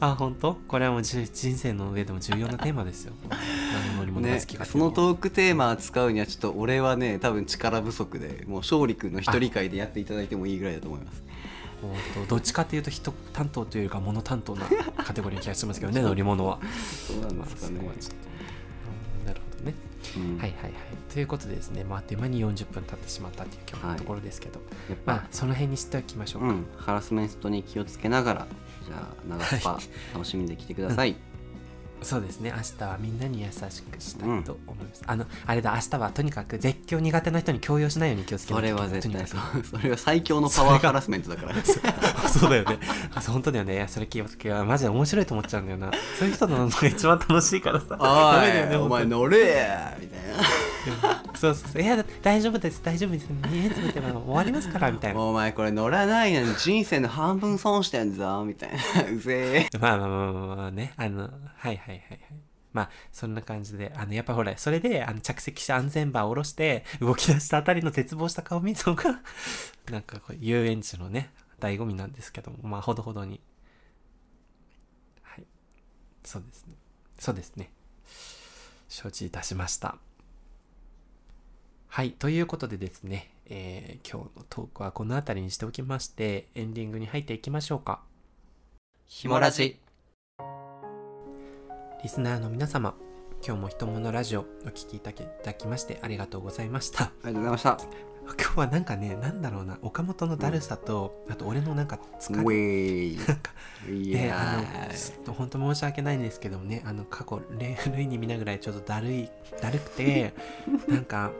[SPEAKER 2] あ本当これはもうじゅ人生の上でも重要なテ ーマですよ何の乗り物が
[SPEAKER 1] ね、
[SPEAKER 2] 好きかって
[SPEAKER 1] そ
[SPEAKER 2] いう
[SPEAKER 1] の
[SPEAKER 2] のは
[SPEAKER 1] トークテーマ使うにはちょっと俺はね多分力不足でもう勝利君の一人会でやっていただいてもいいぐらいだと思います
[SPEAKER 2] もうどどっちかっていうと人担当というよりか物担当なカテゴリーの気がします けどね乗り物は。
[SPEAKER 1] そうなんですかね
[SPEAKER 2] まあそこはちょっとうんなるほどね。
[SPEAKER 1] うん
[SPEAKER 2] はいはいはい。ということでですね、まあ、あっという間に40分経ってしまったという今日
[SPEAKER 1] は
[SPEAKER 2] の
[SPEAKER 1] い
[SPEAKER 2] ところですけど、
[SPEAKER 1] やっぱ
[SPEAKER 2] まあその辺にしておきましょうか。
[SPEAKER 1] うん、ハラスメントに気をつけながらじゃあ長スパ、
[SPEAKER 2] はい
[SPEAKER 1] 楽しみで来てください、
[SPEAKER 2] そうですね、明日はみんなに優しくしたいと思います。あの、あれだ、明日はとにかく絶叫苦手な人に強要しないように気をつけ
[SPEAKER 1] そ
[SPEAKER 2] なきゃい
[SPEAKER 1] れ
[SPEAKER 2] けない
[SPEAKER 1] は絶対
[SPEAKER 2] と
[SPEAKER 1] そ
[SPEAKER 2] にか
[SPEAKER 1] うそれは最強のパワー
[SPEAKER 2] それが
[SPEAKER 1] ハラスメントだ から
[SPEAKER 2] くそうだよね。あそう本当だよね。いやそれ気をつけようマジで面白いと思っちゃうんだよな。そういう人ののが一番楽しいからさ。ダメだよ
[SPEAKER 1] お
[SPEAKER 2] ね
[SPEAKER 1] いお
[SPEAKER 2] 本当
[SPEAKER 1] 前
[SPEAKER 2] に
[SPEAKER 1] 乗れやみたいな
[SPEAKER 2] そうそうそう。いや、だ大丈夫です、大丈夫です。2列目でも終わりますから、みたいな。ま
[SPEAKER 1] お前これ乗らないのに人生の半分損してんぞみたいな うぜえ
[SPEAKER 2] あ まあまあまあまあね。あの、はいはいはいはい。まあ、そんな感じで、あの、やっぱほら、それで、あの、着席して安全バーを下ろして、動き出したあたりの絶望した顔見るのが、 なんかこう、遊園地のね、醍醐味なんですけども、まあ、ほどほどに。はい。そうですね。そうですね。承知いたしました。はい。ということでですね、えー今日のトークはこの辺りにしておきまして、エンディングに入っていきましょうか。
[SPEAKER 1] ひ
[SPEAKER 2] もラジリスナーの皆様、今日もひとものラジオお聞きいただきましてありがとうございました。
[SPEAKER 1] ありがとうございました
[SPEAKER 2] 今日はなんかね、なんだろうな、岡本のだるさと、あと俺のなんか
[SPEAKER 1] ウ
[SPEAKER 2] 疲れ
[SPEAKER 1] ェイ い
[SPEAKER 2] で、あ
[SPEAKER 1] や
[SPEAKER 2] の、
[SPEAKER 1] ー
[SPEAKER 2] ちょっと本当申し訳ないんですけどもね、あの、過去、例類に見なぐらいちょっとだるい、だる くて、なんか、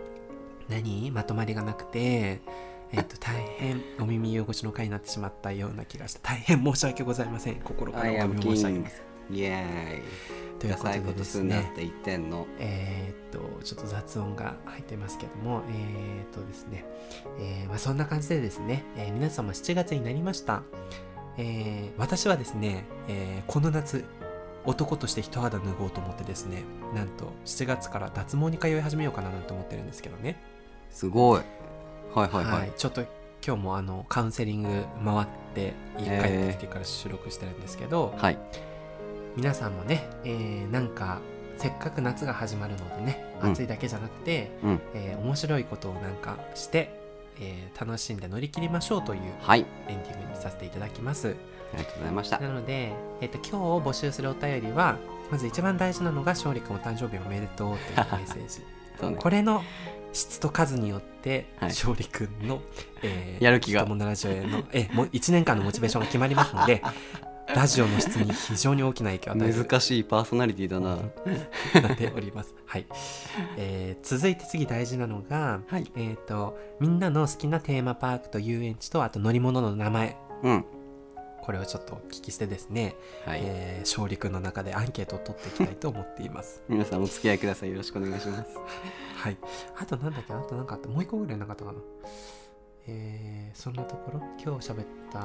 [SPEAKER 2] 何まとまりがなくて、えっと、大変お耳汚しの回になってしまったような気がして、大変申し訳ございません。心から
[SPEAKER 1] I
[SPEAKER 2] お
[SPEAKER 1] am
[SPEAKER 2] 耳申し上げます。
[SPEAKER 1] king イエ
[SPEAKER 2] と
[SPEAKER 1] ーイ
[SPEAKER 2] いう
[SPEAKER 1] ダ
[SPEAKER 2] こと
[SPEAKER 1] サい
[SPEAKER 2] で
[SPEAKER 1] こ
[SPEAKER 2] で
[SPEAKER 1] と
[SPEAKER 2] す
[SPEAKER 1] すんな
[SPEAKER 2] ね
[SPEAKER 1] っ。て言ってんの
[SPEAKER 2] えーっと、ちょっと雑音が入ってますけども、えーっとですね、えーまあ、そんな感じでですね、えー皆様7月になりました。えー私はですね、えーこの夏、男として一肌脱ごうと思ってですね、なんと7月から脱毛に通い始めようかななんて思ってるんですけどね。
[SPEAKER 1] すごいはいはいはい、
[SPEAKER 2] ちょっと今日もあのカウンセリング回って家帰ってきてから収録してるんですけど、
[SPEAKER 1] はい
[SPEAKER 2] 皆さんもね、えーなんかせっかく夏が始まるのでね
[SPEAKER 1] うん
[SPEAKER 2] 暑いだけじゃなくて、
[SPEAKER 1] うん
[SPEAKER 2] えー面白いことをなんかして、えー楽しんで乗り切りましょうという
[SPEAKER 1] はい
[SPEAKER 2] エンディングにさせていただきます
[SPEAKER 1] ありがとうございました
[SPEAKER 2] なので、えー、と今日募集するお便りはまず一番大事なのが勝利くんお誕生日おめでとうというメッセージ、
[SPEAKER 1] そうね
[SPEAKER 2] これの質と数によって、
[SPEAKER 1] はい
[SPEAKER 2] 勝利くんの、え
[SPEAKER 1] やる気が
[SPEAKER 2] 友のラジオへの、えーもう1年間のモチベーションが決まりま すのでラジオの質に非常に大きな影響を与える
[SPEAKER 1] 難しいパーソナリティだな
[SPEAKER 2] なっております。はい。えー続いて次大事なのが、
[SPEAKER 1] はい
[SPEAKER 2] えっ、と、みんなの好きなテーマパークと遊園地と、あと乗り物の名前、
[SPEAKER 1] うん
[SPEAKER 2] これをちょっとお聞きしてですね、
[SPEAKER 1] はい、
[SPEAKER 2] えー勝利くんの中でアンケートを取っていきたいと思って います。
[SPEAKER 1] 皆さんお付き合いくださいよろしくお願いします
[SPEAKER 2] はい。あとなんだっけなあとなんかあったもう一個ぐらいなかったかなえーそんなところ、今日喋った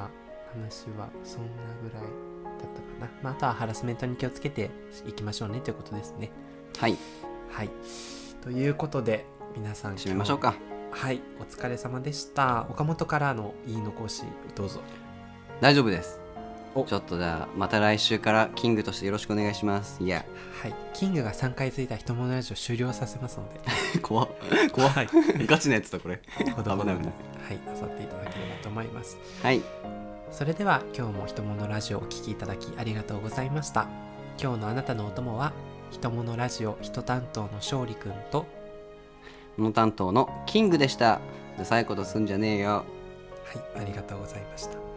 [SPEAKER 2] 話はそんなぐらいだったかな。まあ、あとはハラスメントに気をつけていきましょうねということですね。
[SPEAKER 1] はい
[SPEAKER 2] はい。ということで、皆さん、
[SPEAKER 1] 締めましょうか
[SPEAKER 2] 今日。はい、お疲れ様でした。岡本からの言い残し、どうぞ。
[SPEAKER 1] 大丈夫です
[SPEAKER 2] お
[SPEAKER 1] ちょっとじゃあまた来週からキングとしてよろしくお願いしますいや
[SPEAKER 2] はい、キングが3回ついた人物ラジオ終了させますので、
[SPEAKER 1] 怖っ怖っ
[SPEAKER 2] はい、
[SPEAKER 1] ガチなやつだこれ
[SPEAKER 2] ほどほど
[SPEAKER 1] 危
[SPEAKER 2] に、
[SPEAKER 1] な
[SPEAKER 2] はいい、なさっていただければと思います。
[SPEAKER 1] はい
[SPEAKER 2] それでは、今日も人物ラジオをお聴きいただきありがとうございました。今日のあなたのお供は、人物ラジオ人担当の勝利くんと、
[SPEAKER 1] の担当のキングでした。ブサイことすんじゃねえよ。
[SPEAKER 2] はい、ありがとうございました。